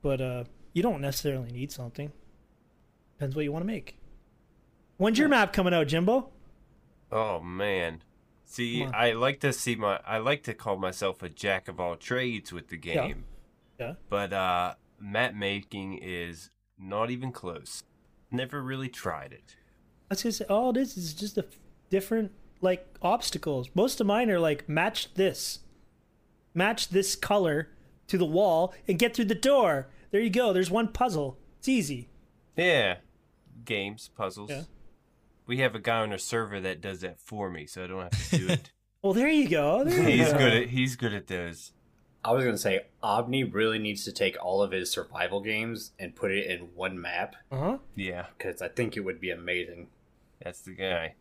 S4: but uh you don't necessarily need something depends what you want to make when's your map coming out jimbo
S3: Oh man. See,
S4: Come on.
S3: I like to see my. I like to call myself a jack of all trades with the
S4: Yeah.
S3: game,
S4: yeah
S3: but uh, map making is not even close. Never really tried it.
S4: That's just all it is is just a f- different like obstacles. Most of mine are like match this, match this color to the wall and get through the door. There you go. There's one puzzle. It's easy.
S3: Yeah. Games, puzzles.
S4: Yeah.
S3: We have a guy on our server that does that for me, so I don't have to do it.
S4: Well, there you go. There you
S3: he's
S4: go.
S3: good at he's good at those.
S1: I was gonna say Omni really needs to take all of his survival games and put it in one map
S4: Uh huh.
S3: Yeah,
S1: because I think it would be amazing.
S3: that's the guy.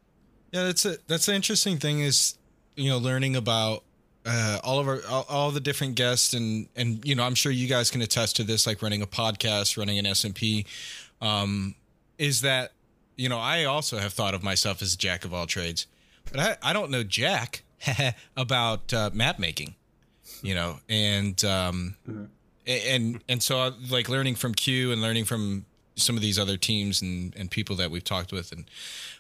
S5: Yeah, that's a that's the interesting thing is you know learning about uh, all of our all, all the different guests and and you know I'm sure you guys can attest to this like running a podcast, running an SMP, um, is that you know I also have thought of myself as a jack of all trades, but I I don't know jack about uh, map making, you know, and um, a- and and so I, like learning from Q and learning from some of these other teams and and people that we've talked with and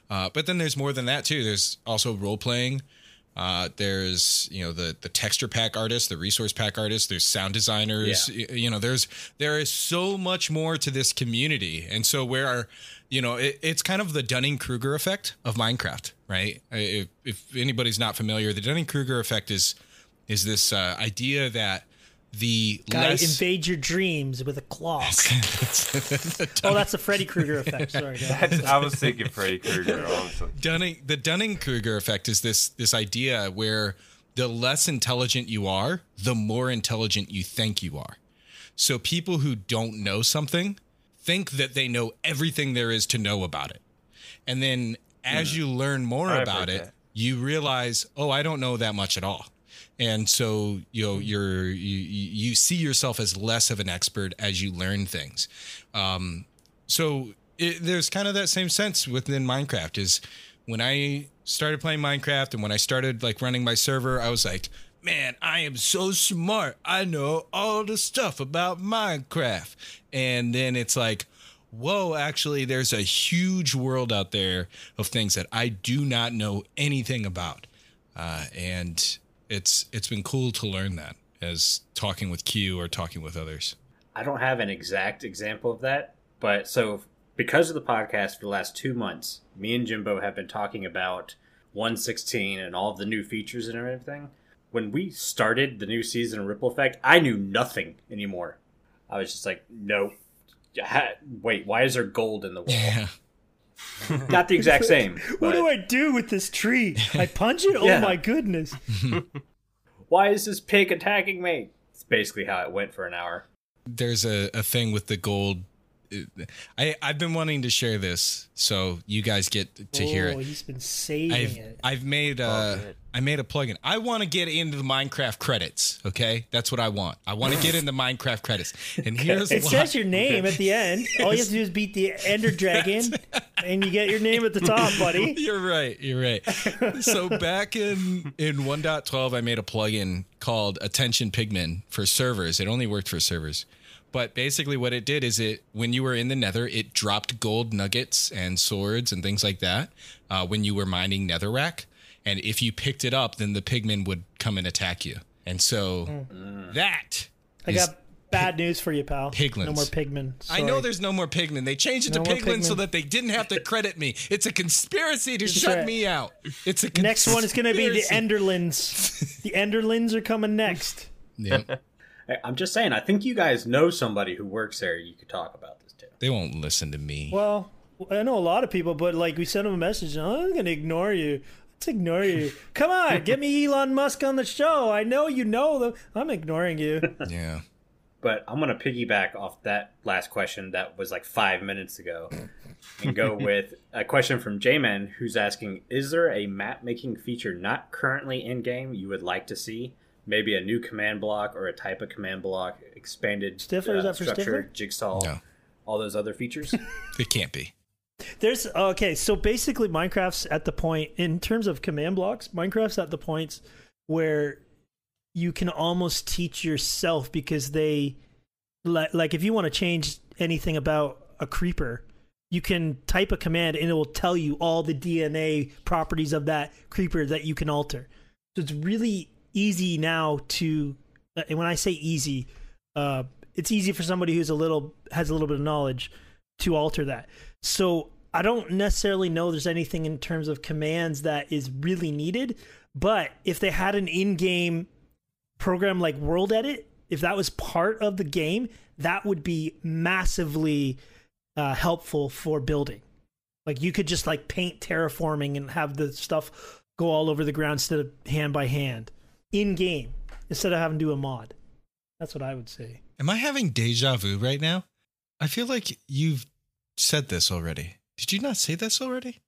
S5: uh, but then there's more than that too. There's also role playing. Uh, there's you know the the texture pack artists, the resource pack artists. There's sound designers. y- You know there's there is so much more to this community, and so where are you know it, it's kind of the Dunning Kruger effect of Minecraft, right? I- If, if anybody's not familiar, the Dunning Kruger effect is is this uh, idea that the
S4: Guy,
S5: less
S4: invade your dreams with a claw. oh, that's the Freddy Krueger effect. Sorry. Guys.
S3: I was thinking Freddy Krueger, honestly.
S5: Dunning the Dunning Kruger effect is this this idea where the less intelligent you are, the more intelligent you think you are. So people who don't know something think that they know everything there is to know about it. And then as you learn more
S3: I've heard
S5: about it,
S3: that.
S5: you realize, oh, I don't know that much at all. and so you know you're you, you see yourself as less of an expert as you learn things um so it, there's kind of that same sense within minecraft is when i started playing minecraft and when i started like running my server i was like man i am so smart i know all the stuff about minecraft and then it's like whoa, actually, there's a huge world out there of things that I do not know anything about. Uh, and it's it's been cool to learn that as talking with Q or talking with others.
S1: I don't have an exact example of that, but so because of the podcast for the last two months, me and Jimbo have been talking about 116 and all of the new features and everything. When we started the new season of Ripple Effect, I knew nothing anymore. I was just like, nope, ha- wait, why is there gold in the wall?
S5: Yeah.
S1: Not the exact same.
S4: What
S1: but
S4: do I do with this tree? I punch it?
S1: Yeah.
S4: Oh my goodness.
S1: Why is this pig attacking me? It's basically how it went for an hour.
S5: There's a, a thing with the gold. I, I've been wanting to share this, so you guys get to hear
S4: oh,
S5: it.
S4: he's been saving
S5: I've
S4: it.
S5: I've made uh I made a plugin. I want to get into the Minecraft credits. Okay, that's what I want. I want to get into Minecraft credits. And here's
S4: It
S5: why.
S4: says your name at the end. All you have to do is beat the Ender Dragon, and you get your name at the top, buddy.
S5: You're right. You're right. so back in in 1.12, I made a plugin called Attention Pigmen for servers. It only worked for servers. But basically what it did is it when you were in the Nether, it dropped gold nuggets and swords and things like that uh, when you were mining Netherrack. And if you picked it up, then the pigmen would come and attack you. And so
S4: Mm.
S5: that
S4: I
S5: is-
S4: got bad news for you, pal.
S5: Piglins.
S4: No more pigmen.
S5: I know
S4: Sorry.
S5: there's no more pigmen. They changed it
S4: No
S5: to
S4: more
S5: pigmen so
S4: pigmen.
S5: that they didn't have to credit me. It's a conspiracy to shut
S4: right.
S5: me out. It's a conspiracy.
S4: Next one is going to be the Enderlins. The Enderlins are coming next.
S5: Yeah,
S1: Hey, I'm just saying, I think you guys know somebody who works there you could talk about this to.
S5: they won't listen to me.
S4: Well, I know a lot of people, but like we sent them a message, and I'm going to ignore you. Let's ignore you. Come on, get me Elon Musk on the show. I know you know them. I'm ignoring you.
S5: Yeah.
S1: But I'm going to piggyback off that last question that was like five minutes ago and go with a question from J Man who's asking Is there a map making feature not currently in game you would like to see? Maybe a new command block or a type of command block, expanded uh,
S4: Stifler, is that for
S1: structure,
S4: Stifler?
S1: jigsaw,
S5: No.
S1: all those other features?
S5: It can't be.
S4: There's okay, so basically Minecraft's at the point in terms of command blocks, Minecraft's at the points where you can almost teach yourself because they like like if you want to change anything about a creeper, you can type a command and it will tell you all the DNA properties of that creeper that you can alter. So it's really easy now to and when I say easy, uh it's easy for somebody who's a little has a little bit of knowledge to alter that. So I don't necessarily know there's anything in terms of commands that is really needed, but if they had an in-game program like World Edit, if that was part of the game, that would be massively uh, helpful for building. Like you could just like paint terraforming and have the stuff go all over the ground instead of hand by hand in game instead of having to do a mod. That's what I would say.
S5: Am I having deja vu right now? I feel like you've said this already. Did you not say this already?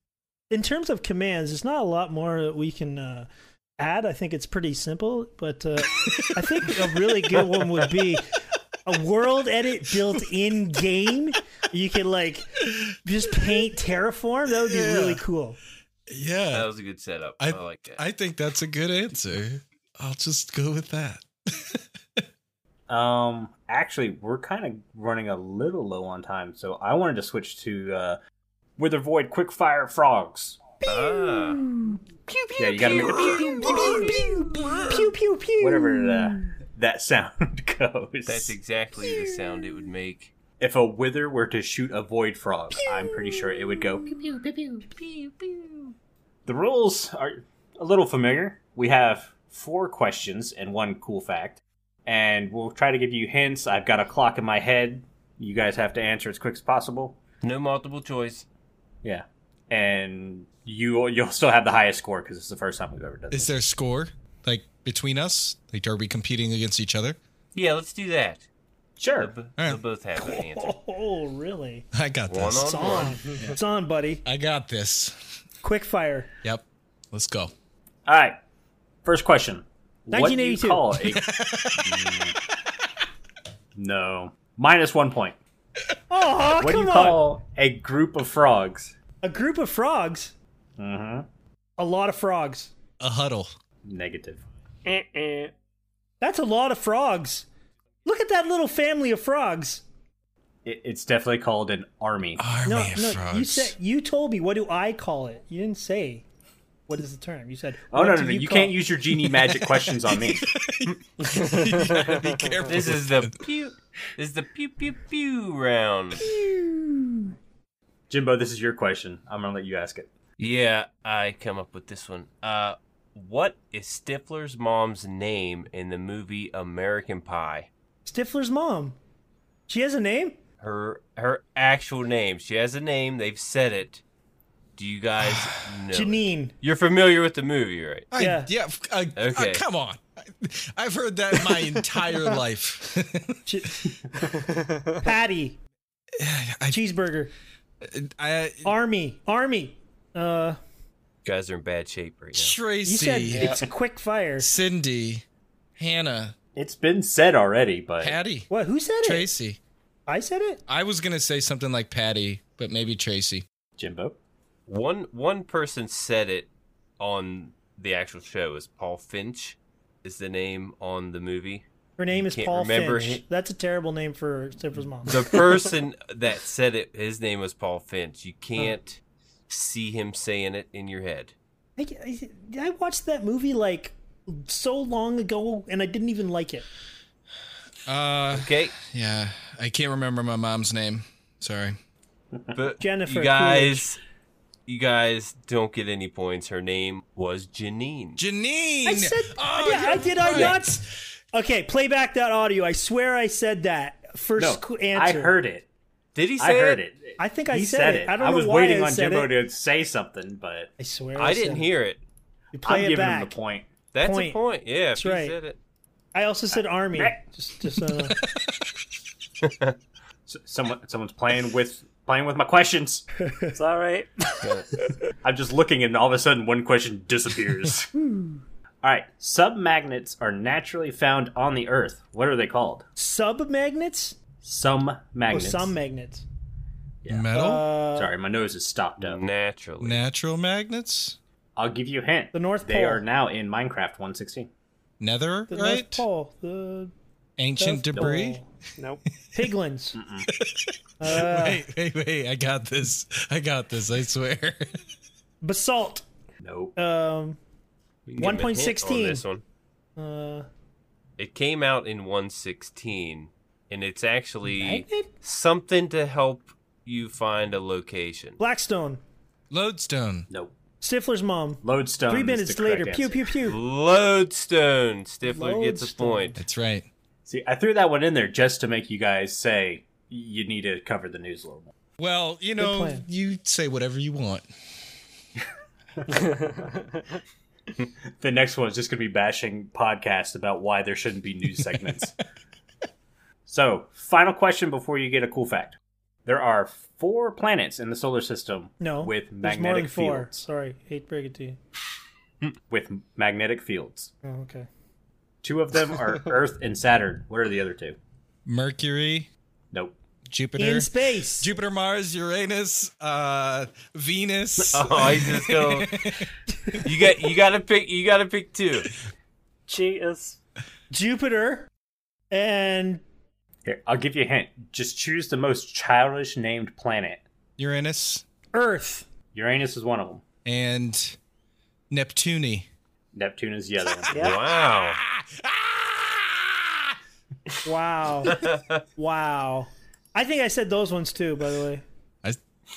S4: in terms of commands, there's not a lot more that we can uh, add. I think it's pretty simple, but uh, I think a really good one would be a world edit built in game. You can like just paint terraform. That would be
S5: Yeah.
S4: really cool.
S3: That
S5: Yeah.
S3: was a good setup. I,
S5: Oh. I-
S3: like that.
S5: I think that's a good answer. I'll just go with that.
S1: Um, actually, we're kind of running a little low on time, so I wanted to switch to uh, Wither Void Quickfire Frogs.
S3: ah,
S1: yeah, you gotta make the pew,
S4: Pew pew pew.
S1: whatever the, that sound goes.
S3: that's exactly the sound it would make.
S1: if a Wither were to shoot a Void Frog, I'm pretty sure it would go. pew, pew, pew, pew, pew. The rules are a little familiar. We have four questions and one cool fact, and we'll try to give you hints. I've got a clock in my head. You guys have to answer as quick as possible.
S3: No multiple choice.
S1: Yeah, and you you'll still have the highest score because it's the first time we've ever done this.
S5: Is there score like between us? Like are we competing against each other?
S3: Yeah, let's do that. They'll,
S1: Sure.
S3: b- they'll both have an answer.
S4: Oh really?
S5: I got
S3: One
S5: this.
S4: It's
S3: on one.
S4: on. It's on, buddy.
S5: I got this.
S4: Quick fire.
S5: Yep. Let's go.
S1: All right. First question: What do you
S4: 1982.
S1: call a... no. Minus one point.
S4: Oh,
S1: What do
S4: come
S1: you
S4: on.
S1: call a group of frogs? Mm-hmm.
S4: A group of frogs. A lot of frogs.
S5: A huddle.
S1: Negative.
S2: Eh, eh.
S4: That's a lot of frogs. Look at that little family of frogs.
S1: It, it's definitely called an army.
S5: Army
S4: No,
S5: of
S4: no,
S5: frogs.
S4: you said you told me. What do I call it? You didn't say. What is the term? You said.
S1: Oh
S4: what
S1: no
S4: do
S1: no no! You,
S4: call-
S1: can't use your genie magic questions on me.
S5: Be careful.
S3: This is the pew. This is the pew pew pew round.
S1: Jimbo, this is your question. I'm gonna let you ask it.
S3: Yeah, I come up with this one. Uh, what is Stifler's mom's name in the movie American Pie?
S4: Stifler's mom. She has a name.
S3: Her her actual name. She has a name. They've said it. Do you guys know? it?
S4: Janine.
S3: You're familiar with the movie, right?
S5: I,
S4: Yeah.
S5: yeah. f- I- I-
S3: Okay.
S5: come on. I- I've heard that my entire life.
S4: She- Patty. Cheeseburger.
S5: I,
S4: Army. Army. Uh,
S3: You guys are in bad shape right now.
S5: Tracy,
S4: you said it's quick fire.
S5: Cindy, Hannah,
S1: It's been said already, but
S5: Patty,
S4: What? Who said it?
S5: Tracy.
S4: I said it.
S5: I was gonna say something like Patty, but maybe Tracy.
S1: Jimbo,
S3: One one person said it on the actual show. Is Paul Finch? Is the name on the movie?
S4: Her name is
S3: can't
S4: Paul
S3: remember
S4: Finch.
S3: hi-
S4: That's a terrible name for Stifler's mom.
S3: the person that said it, his name was Paul Finch. You can't see him saying it in your head.
S4: I, I, I watched that movie like so long ago, and I didn't even like it.
S5: Uh,
S3: Okay,
S5: yeah, I can't remember my mom's name. Sorry.
S3: but
S4: Jennifer
S3: you guys, you guys don't get any points. Her name was Janine.
S5: Janine.
S4: I said,
S5: Oh,
S4: yeah, I
S5: you're
S4: did. I
S5: right.
S4: not. Okay, play back that audio. I swear I said that first
S1: no,
S4: qu-
S1: I
S4: answer.
S1: heard it.
S3: Did he say
S1: I heard
S3: it?
S1: it.
S4: I think I
S1: he
S4: said,
S1: said
S4: it. I don't know
S1: was
S4: why
S1: waiting
S4: I
S1: on
S4: said
S1: Jimbo
S4: it.
S1: to say something, but
S4: I swear
S3: I didn't
S4: said
S3: hear it.
S4: You play
S1: I'm
S4: it
S1: giving
S4: back.
S1: him the point.
S3: That's a
S4: Point.
S3: point. Yeah,
S4: That's
S3: if he
S4: right.
S3: said it.
S4: I also said
S5: Uh,
S4: army. just, just uh,
S1: S- Someone, someone's playing with playing with my questions.
S2: Is that right?
S1: I'm just looking, and all of a sudden, one question disappears. all
S4: Hmm.
S1: right, submagnets are naturally found on the Earth. What are they called?
S4: sub magnets
S1: Some
S4: or
S1: magnets.
S4: some magnets.
S5: metal,
S4: Uh,
S1: Sorry, my nose is stopped up.
S3: Naturally.
S5: natural magnets,
S1: I'll give you a hint.
S4: The North
S1: They
S4: Pole.
S1: are now in Minecraft 116.
S5: nether,
S4: the North
S5: right?
S4: Pole. The
S5: Ancient
S4: South
S5: debris.
S4: Pole.
S2: nope.
S4: Piglins. uh,
S5: Wait, wait, wait! I got this. I got this. I swear.
S4: Basalt.
S1: Nope.
S4: Um,
S3: We can give him a hint on
S4: 1.16.
S3: This one.
S4: uh,
S3: It came out in 116, and it's actually
S4: Magnet?
S3: something to help you find a location.
S4: Blackstone.
S5: Lodestone.
S1: Nope.
S4: Stifler's mom.
S1: Lodestone.
S4: Three
S1: is
S4: minutes
S1: the correct
S4: later. Pew
S1: answer.
S4: pew pew.
S3: Lodestone. Stifler gets a
S4: Lodestone.
S3: point.
S5: That's right.
S1: See, I threw that one in there just to make you guys say you need to cover the news a little more.
S5: Well, you know,
S4: plan.
S5: you say whatever you want.
S1: The next one is just going to be bashing podcasts about why there shouldn't be news segments. so, final question before you get a cool fact. There are four planets in the solar system
S4: No.
S1: with
S4: there's more than
S1: magnetic
S4: four.
S1: fields.
S4: Sorry, hate to break it to you.
S1: With magnetic fields.
S4: Oh, okay.
S1: Two of them are Earth and Saturn. What are the other two?
S5: Mercury,
S1: Nope.
S5: Jupiter,
S4: In space.
S5: Jupiter, Mars, Uranus, uh, Venus.
S1: Uh-huh.
S3: Oh, he's just going. you got. You got to pick. You got to pick two.
S2: Cheaters.
S4: Jupiter and
S1: Here, I'll give you a hint. Just choose the most childish named planet.
S5: Uranus
S4: Earth.
S1: Uranus is one of them.
S5: and Neptune.
S1: Neptune is the other one.
S2: Yeah.
S3: Wow.
S4: Wow. wow. I think I said those ones too, by the way.
S5: I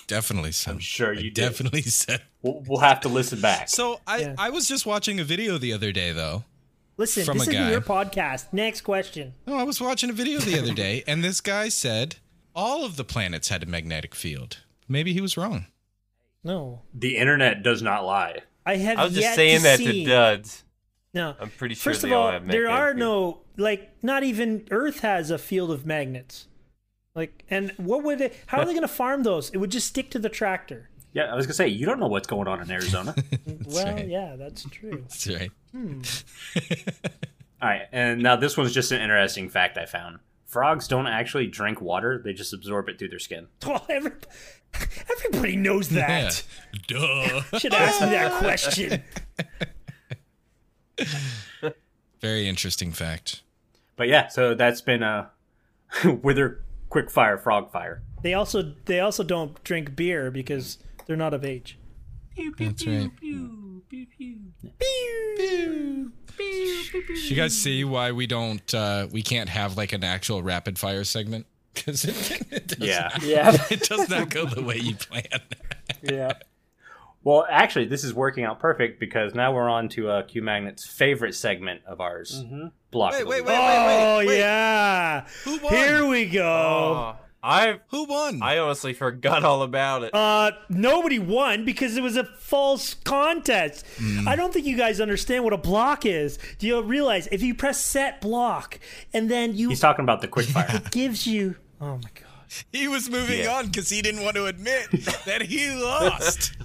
S5: definitely said.
S1: I'm sure
S5: I
S1: you did.
S5: definitely said.
S1: We'll, we'll have to listen back.
S5: So I,
S4: Yeah.
S5: I was just watching a video the other day though.
S4: Listen,
S5: From
S4: this
S5: a
S4: is
S5: guy.
S4: your podcast. Next question.
S5: No, Oh, I was watching a video the other day, and this guy said all of the planets had a magnetic field. Maybe he was wrong.
S4: No.
S1: The internet does not lie.
S4: I have
S3: I was
S4: yet
S3: just saying
S4: to
S3: that
S4: see.
S3: to duds.
S4: No.
S3: I'm pretty sure
S4: First
S3: they
S4: of all,
S3: all have
S4: there
S3: magnetic
S4: are
S3: fields.
S4: no like not even Earth has a field of magnets. Like and what would they how are they gonna farm those? It would just stick to the tractor.
S1: Yeah, I was gonna say you don't know what's going on in Arizona.
S4: well,
S5: right.
S4: yeah, that's true.
S5: That's right.
S1: All right, and now this one's just an interesting fact I found. Frogs don't actually drink water; they just absorb it through their skin.
S4: Well, every, everybody knows
S5: Yeah.
S4: that.
S5: Duh.
S4: Should ask me that question.
S5: Very interesting fact.
S1: But yeah, so that's been a wither quick fire frog fire.
S4: They also they also don't drink beer because they're not of age.
S5: That's right. You guys see why we don't uh we can't have like an actual rapid fire segment? Because it, it does
S1: Yeah.
S5: not-
S2: Yeah,
S5: it does not go the way you plan.
S2: yeah.
S1: Well, actually, this is working out perfect because now we're on to uh, Q Magnet's favorite segment of ours. Block. of the Week.
S4: Oh yeah,
S5: Who won?
S4: here we go.
S3: Oh, I
S5: Who won?
S3: I honestly forgot all about it.
S4: Uh, nobody won because it was a false contest. I don't think you guys understand what a block is. Do you realize if you press set block and then you
S1: He's talking about the quick fire.
S4: gives you? Oh my god!
S5: he was moving
S3: Yeah.
S5: on because he didn't want to admit that he lost.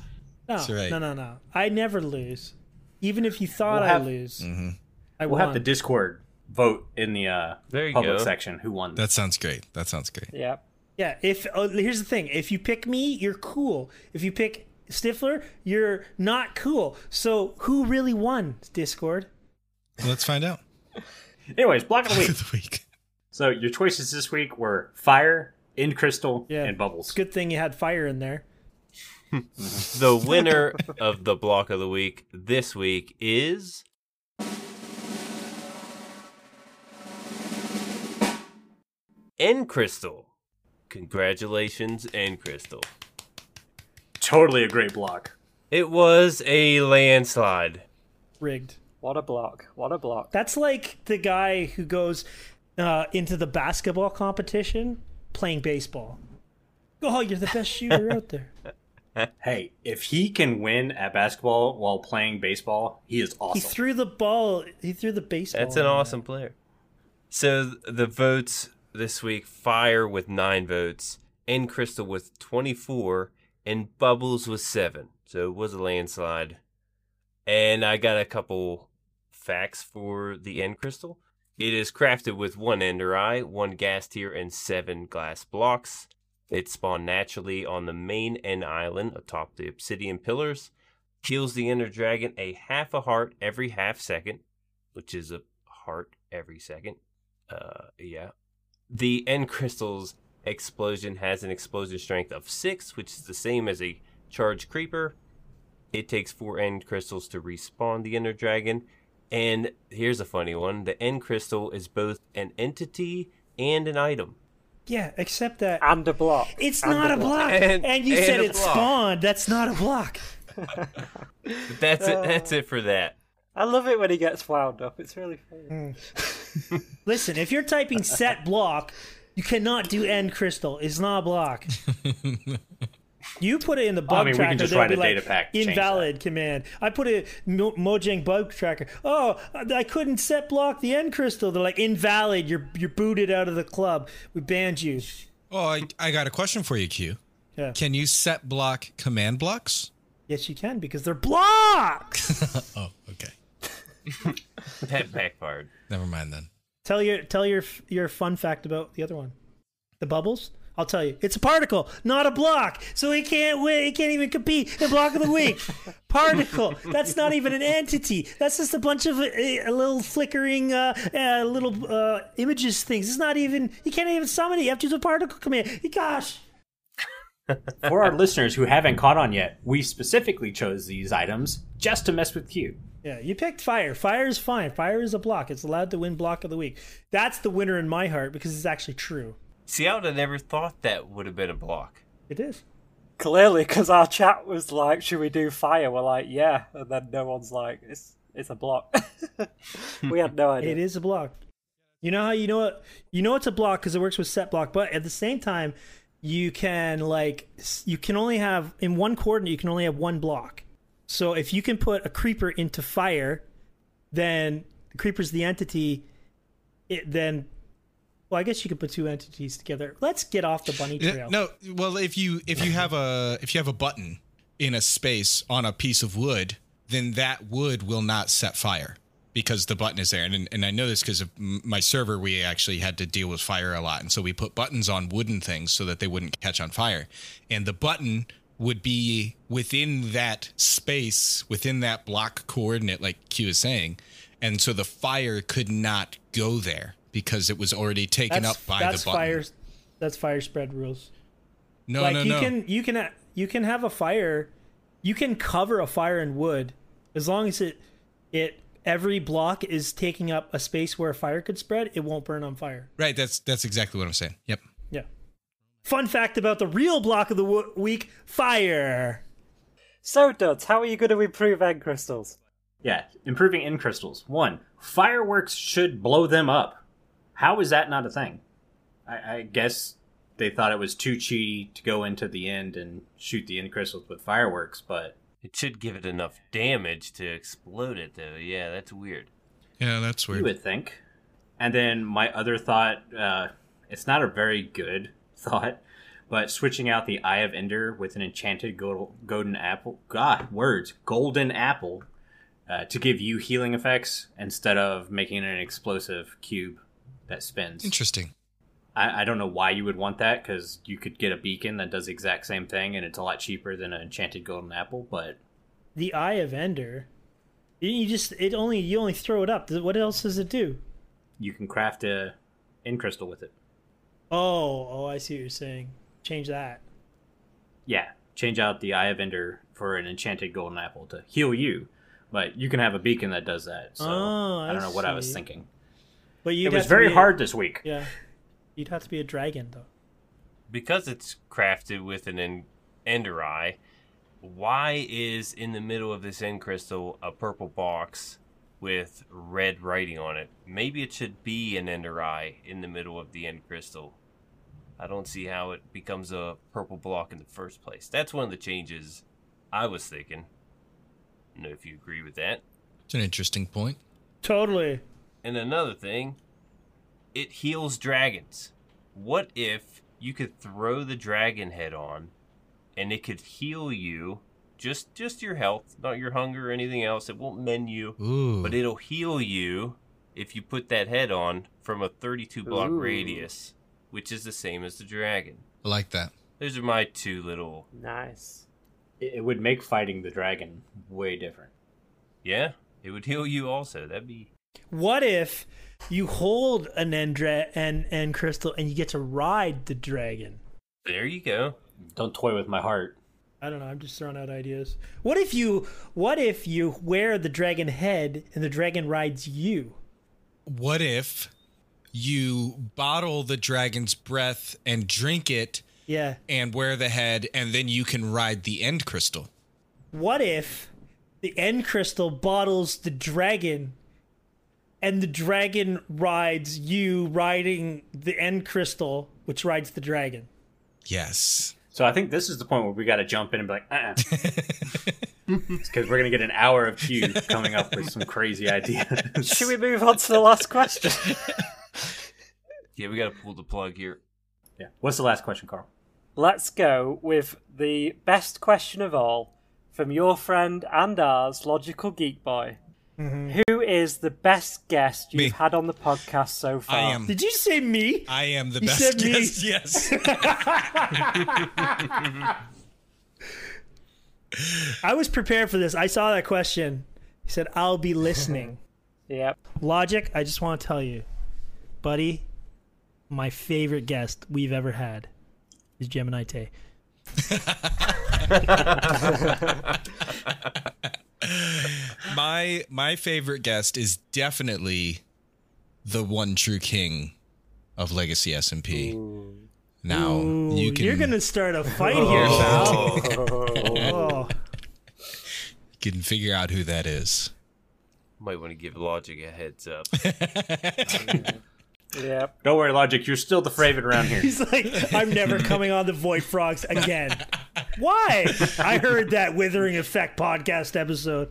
S4: No,
S5: That's right.
S4: no, no, no. I never lose. Even if you thought
S1: We'll
S4: I
S1: have-
S4: lose, I
S1: We'll
S4: won.
S1: have the Discord vote in the uh,
S3: There you
S1: public
S3: go.
S1: section who won.
S5: that sounds great. That sounds great.
S2: yeah.
S4: Yeah, if oh, here's the thing, if you pick me, you're cool. If you pick Stifler, you're not cool. So who really won? Discord.
S5: Let's find out.
S1: Anyways, block of the week.
S5: the week.
S1: so your choices this week were fire, in crystal,
S4: Yeah.
S1: and bubbles.
S4: Good thing you had fire in there.
S3: The winner of the block of the week this week is N Crystal. Congratulations, N Crystal.
S1: Totally a great block.
S3: It was a landslide.
S4: Rigged.
S2: What a block! What a block!
S4: That's like the guy who goes uh, into the basketball competition playing baseball. Oh, you're the best shooter out there.
S1: Hey, if he can win at basketball while playing baseball, he is
S4: He
S1: awesome.
S4: threw the ball. He threw the baseball.
S3: That's an awesome player. So th- the votes this week: Fire with nine votes, and Crystal with twenty-four, and Bubbles with seven. So it was a landslide. And I got a couple facts for the end crystal. It is crafted with one ender eye, one gas tier, and seven glass blocks. It spawned naturally on the main end island atop the obsidian pillars. Heals the inner dragon a half a heart every half second which is a heart every second. Uh, yeah. The end crystal's explosion has an explosion strength of six, which is the same as a charged creeper. It takes four end crystals to respawn the ender dragon. And here's a funny one the end crystal is both an entity and an item.
S4: Yeah, except that
S2: And a block.
S4: it's
S2: And
S4: not a block.
S3: And-
S4: And, you
S3: and
S4: said
S3: a
S4: it
S3: block.
S4: spawned. That's not a block.
S3: But that's it. That's it for that.
S2: I love it when he gets wound up. It's really
S4: Hmm.
S2: funny.
S4: Listen, if you're typing set block, you cannot do end crystal. It's not a block. You put it in the bug
S1: mean, we can
S4: tracker.
S1: just
S4: they'll
S1: write
S4: be
S1: a
S4: like,
S1: data pack to change
S4: Invalid command. I put a Mo- Mojang bug tracker. Oh, I couldn't set block the end crystal. They're like invalid. You're you're booted out of the club. We banned you.
S5: Oh, I, I got a question for you, Q.
S4: Yeah.
S5: Can you set block command blocks?
S4: Yes, you can because they're blocks.
S5: Oh, okay.
S3: That backfired.
S5: Never mind then.
S4: tell your tell your your fun fact about the other one, the bubbles. I'll tell you, it's a particle, not a block. So he can't win. He can't even compete in block of the week. particle. That's not even an entity. That's just a bunch of uh, uh, little flickering uh, uh, little uh, images things. It's not even. You can't even summon it. You have to do a particle command. Gosh.
S1: For our listeners who haven't caught on yet, we specifically chose these items just to mess with you.
S4: Yeah, you picked fire. Fire is fine. Fire is a block. It's allowed to win block of the week. That's the winner in my heart because it's actually true.
S3: See, I would have never thought that would have been a block.
S4: It is.
S2: Clearly, because our chat was like, "Should we do fire?" We're like, "Yeah," and then no one's like, "It's it's a block." we had no idea.
S4: It is a block. You know how you know it, you know it's a block because it works with set block, but at the same time, you can like s- you can only have in one coordinate you can only have one block. So if you can put a creeper into fire, then the creeper's the entity. It then, well, I guess you could put two entities together. Let's get off the bunny
S5: Yeah,
S4: trail.
S5: No, well, if you if you have a if you have a button in a space on a piece of wood, then that wood will not set fire because the button is there. And, and I know this because of m- my server, we actually had to deal with fire a lot. And so we put buttons on wooden things so that they wouldn't catch on fire. And the button would be within that space, within that block coordinate, like Q is saying. And so the fire could not go there because it was already taken up by
S4: that's
S5: the button.
S4: fire. That's fire spread rules.
S5: No,
S4: like
S5: no,
S4: you
S5: no.
S4: can you can ha- you can have a fire, you can cover a fire in wood as long as it it every block is taking up a space where a fire could spread. It won't burn on fire.
S5: Right. That's that's exactly what I'm saying. Yep.
S4: Yeah. Fun fact about the real block of the wo- week: fire.
S2: So, Duds, how are you going to improve egg crystals?
S1: Yeah, improving in crystals. One, fireworks should blow them up. How is that not a thing? I, I guess they thought it was too cheaty to go into the end and shoot the end crystals with fireworks, but
S3: It should give it enough damage to explode it, though. Yeah, that's weird.
S5: Yeah, that's
S1: you would think. And then my other thought, uh, it's not a very good thought, but switching out the Eye of Ender with an enchanted go- golden apple, God, words, golden apple, uh, to give you healing effects instead of making an explosive cube that spins.
S5: Interesting.
S1: I, I don't know why you would want that because you could get a beacon that does the exact same thing and it's a lot cheaper than an enchanted golden apple. But
S4: The Eye of Ender. You just it only you only throw it up. What else does it do?
S1: you can craft a in crystal with it.
S4: Oh, oh, I see what you're saying. Change that.
S1: Yeah, change out the Eye of Ender for an enchanted golden apple to heal you, but you can have a beacon that does that. So
S4: Oh,
S1: I
S4: I
S1: don't know what I was
S4: see.
S1: thinking.
S4: But you
S1: it was very hard this week.
S4: Yeah, you'd have to be a dragon though.
S3: Because it's crafted with an en- ender eye, why is in the middle of this end crystal a purple box with red writing on it? Maybe it should be an ender eye in the middle of the end crystal. I don't see how it becomes a purple block in the first place. That's one of the changes I was thinking. I don't know if you agree with that.
S5: It's an interesting point.
S4: Totally.
S3: And another thing, it heals dragons. What if you could throw the dragon head on and it could heal you just just your health, not your hunger or anything else. It won't mend you,
S5: Ooh.
S3: but it'll heal you if you put that head on from a 32 block
S2: Ooh.
S3: radius, which is the same as the dragon.
S5: I like that.
S3: Those are my two little
S2: Nice.
S1: It, it would make fighting the dragon way different.
S3: Yeah, it would heal you also. That'd be
S4: What if you hold an Endra and and crystal and you get to ride the dragon?
S3: There you go.
S1: Don't toy with my heart.
S4: I don't know. I'm just throwing out ideas. What if you What if you wear the dragon head and the dragon rides you?
S5: What if you bottle the dragon's breath and drink it
S4: Yeah.
S5: and wear the head and then you can ride the end crystal?
S4: What if the end crystal bottles the dragon and the dragon rides you riding the end crystal, which rides the dragon?
S5: Yes.
S1: So I think this is the point where we got to jump in and be like, uh-uh. because we're gonna get an hour of Q coming up with some crazy ideas.
S2: Should we move on to the last question?
S3: Yeah, we gotta pull the plug here.
S1: Yeah. What's the last question, Carl?
S2: Let's go with the best question of all from your friend and ours, Logical Geek Boy.
S4: Mm-hmm.
S2: Who is the best guest
S5: Me.
S2: you've had on the podcast so far?
S5: I am.
S4: Did you say me?
S5: I am the
S4: You
S5: best
S4: said me.
S5: guest. Yes.
S4: I was prepared for this. I saw that question. He said, I'll be listening.
S2: Yep.
S4: Logic, I just want to tell you, buddy, my favorite guest we've ever had is Gemini Tay.
S5: my my favorite guest is definitely the one true king of Legacy SMP. Now you can Oh.
S4: You're going to start a fight here, pal. Oh.
S5: can figure out who that is.
S3: Might want to give Logic a heads up.
S2: Yep.
S1: Don't worry, Logic. You're still the favorite around here.
S4: He's like, I'm never coming on the Void Frogs again. Why? I heard that Withering Effect podcast episode.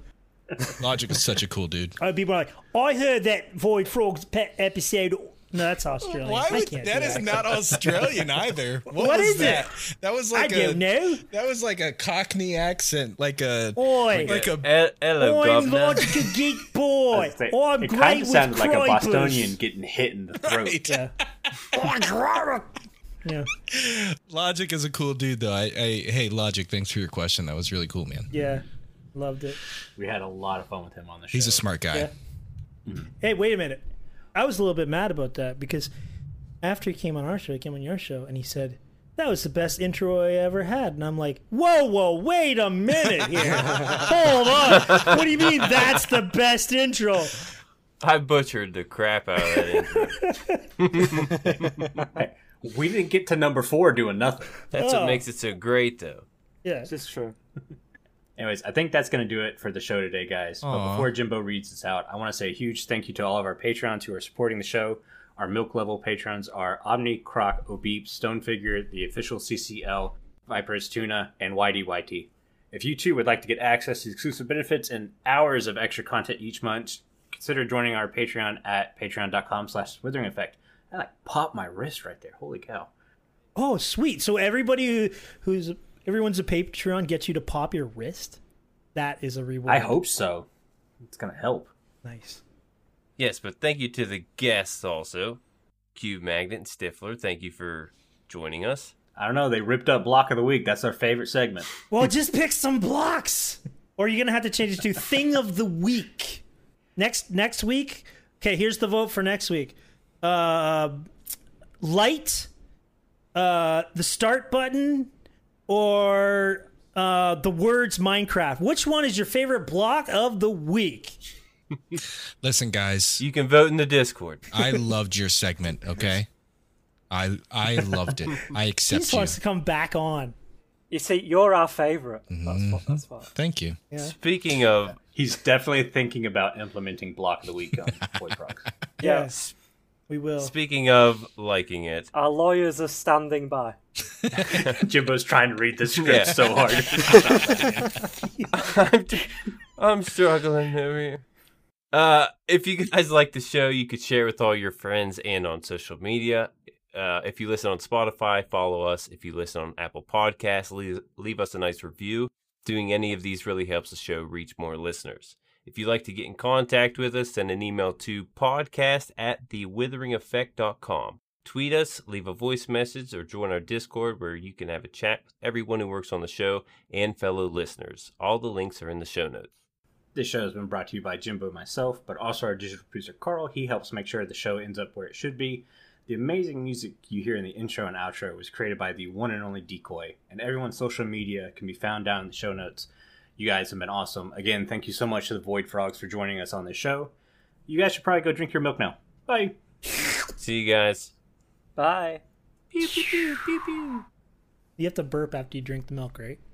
S5: Logic is such a cool dude.
S4: Other people are like, I heard that Void Frogs pe- episode No, that's Australian.
S5: Why
S4: I
S5: would
S4: can't
S5: that
S4: do
S5: is not Australian either. What,
S4: What
S5: was
S4: is it?
S5: that? That was like
S4: I
S5: a
S4: don't know.
S5: That was like a Cockney accent, like a
S4: Oi.
S5: like a
S3: Hel- Hello,
S4: I'm
S3: governor.
S4: like a geek boy.
S1: I'd say-
S4: Oh, I'm
S1: it
S4: great
S1: kind of
S4: with
S1: sounded like a
S4: Kroipers.
S1: Bostonian getting hit in the throat.
S5: right.
S4: Oh, Yeah,
S5: Logic is a cool dude, though. I, I hey, Logic, thanks for your question. That was really cool, man.
S4: yeah, loved it.
S1: We had a lot of fun with him on the show.
S5: He's a smart guy.
S4: Yeah. Hey, wait a minute. I was a little bit mad about that because after he came on our show, he came on your show, and he said that was the best intro I ever had, and I'm like, whoa, whoa, wait a minute here, hold on. What do you mean that's the best intro?
S3: I butchered the crap out of that intro.
S1: we didn't get to number four doing nothing.
S3: That's
S4: Oh.
S3: what makes it so great, though.
S4: Yeah,
S2: This is true.
S1: Anyways, I think that's going to do it for the show today, guys. But
S5: Aw.
S1: before Jimbo reads us out, I want to say a huge thank you to all of our patrons who are supporting the show. Our milk level patrons are Omni, Croc, Obeep, Stone Figure, the official CCL, Vipers Tuna, and YDYT. If you too would like to get access to exclusive benefits and hours of extra content each month, consider joining our Patreon at patreon.com slash withering effect. I like popped my wrist right there. Holy cow.
S4: Oh, sweet. So everybody who, who's everyone's a Patreon gets you to pop your wrist. That is a reward.
S1: I hope so. It's going to help.
S4: Nice.
S3: Yes, but thank you to the guests also. Cube Magnet and Stifler, thank you for joining us.
S1: I don't know. They ripped up Block of the Week. That's our favorite segment.
S4: Well, just pick some blocks, or you're gonna have to change it to thing of the week. Next next week. Okay, here's the vote for next week. Uh, light, uh, the start button, or uh, the words Minecraft. Which one is your favorite block of the week?
S5: Listen, guys,
S3: You can vote in the Discord.
S5: I loved your segment. Okay, I I loved it. I
S4: He
S5: accept
S4: just
S5: you.
S4: wants to come back on.
S2: You see, you're our favorite. That's what. That's what.
S5: Thank you.
S3: Speaking of
S1: He's definitely thinking about implementing Block of the Week on Boy Prox.
S2: Yeah.
S4: Yes, we will.
S3: speaking of liking it,
S2: Our lawyers are standing by.
S1: Jimbo's trying to read this script
S3: Yeah.
S1: so hard.
S3: I'm, I'm struggling over here. Uh, if you guys like the show, you could share with all your friends and on social media. Uh, if you listen on Spotify, follow us. If you listen on Apple Podcasts, leave, leave us a nice review. Doing any of these really helps the show reach more listeners. If you'd like to get in contact with us, send an email to podcast at thewitheringeffect.com. Tweet us, leave a voice message, or join our Discord where you can have a chat with everyone who works on the show and fellow listeners. All the links are in the show notes.
S1: This show has been brought to you by Jimbo myself, but also our digital producer Carl. He helps make sure the show ends up where it should be. The amazing music you hear in the intro and outro was created by the one and only Decoy, and everyone's social media can be found down in the show notes. You guys have been awesome. Again, thank you so much to the Void Frogs for joining us on this show. You guys should probably go drink your milk now. Bye.
S3: See you guys.
S2: Bye.
S4: You have to burp after you drink the milk, right?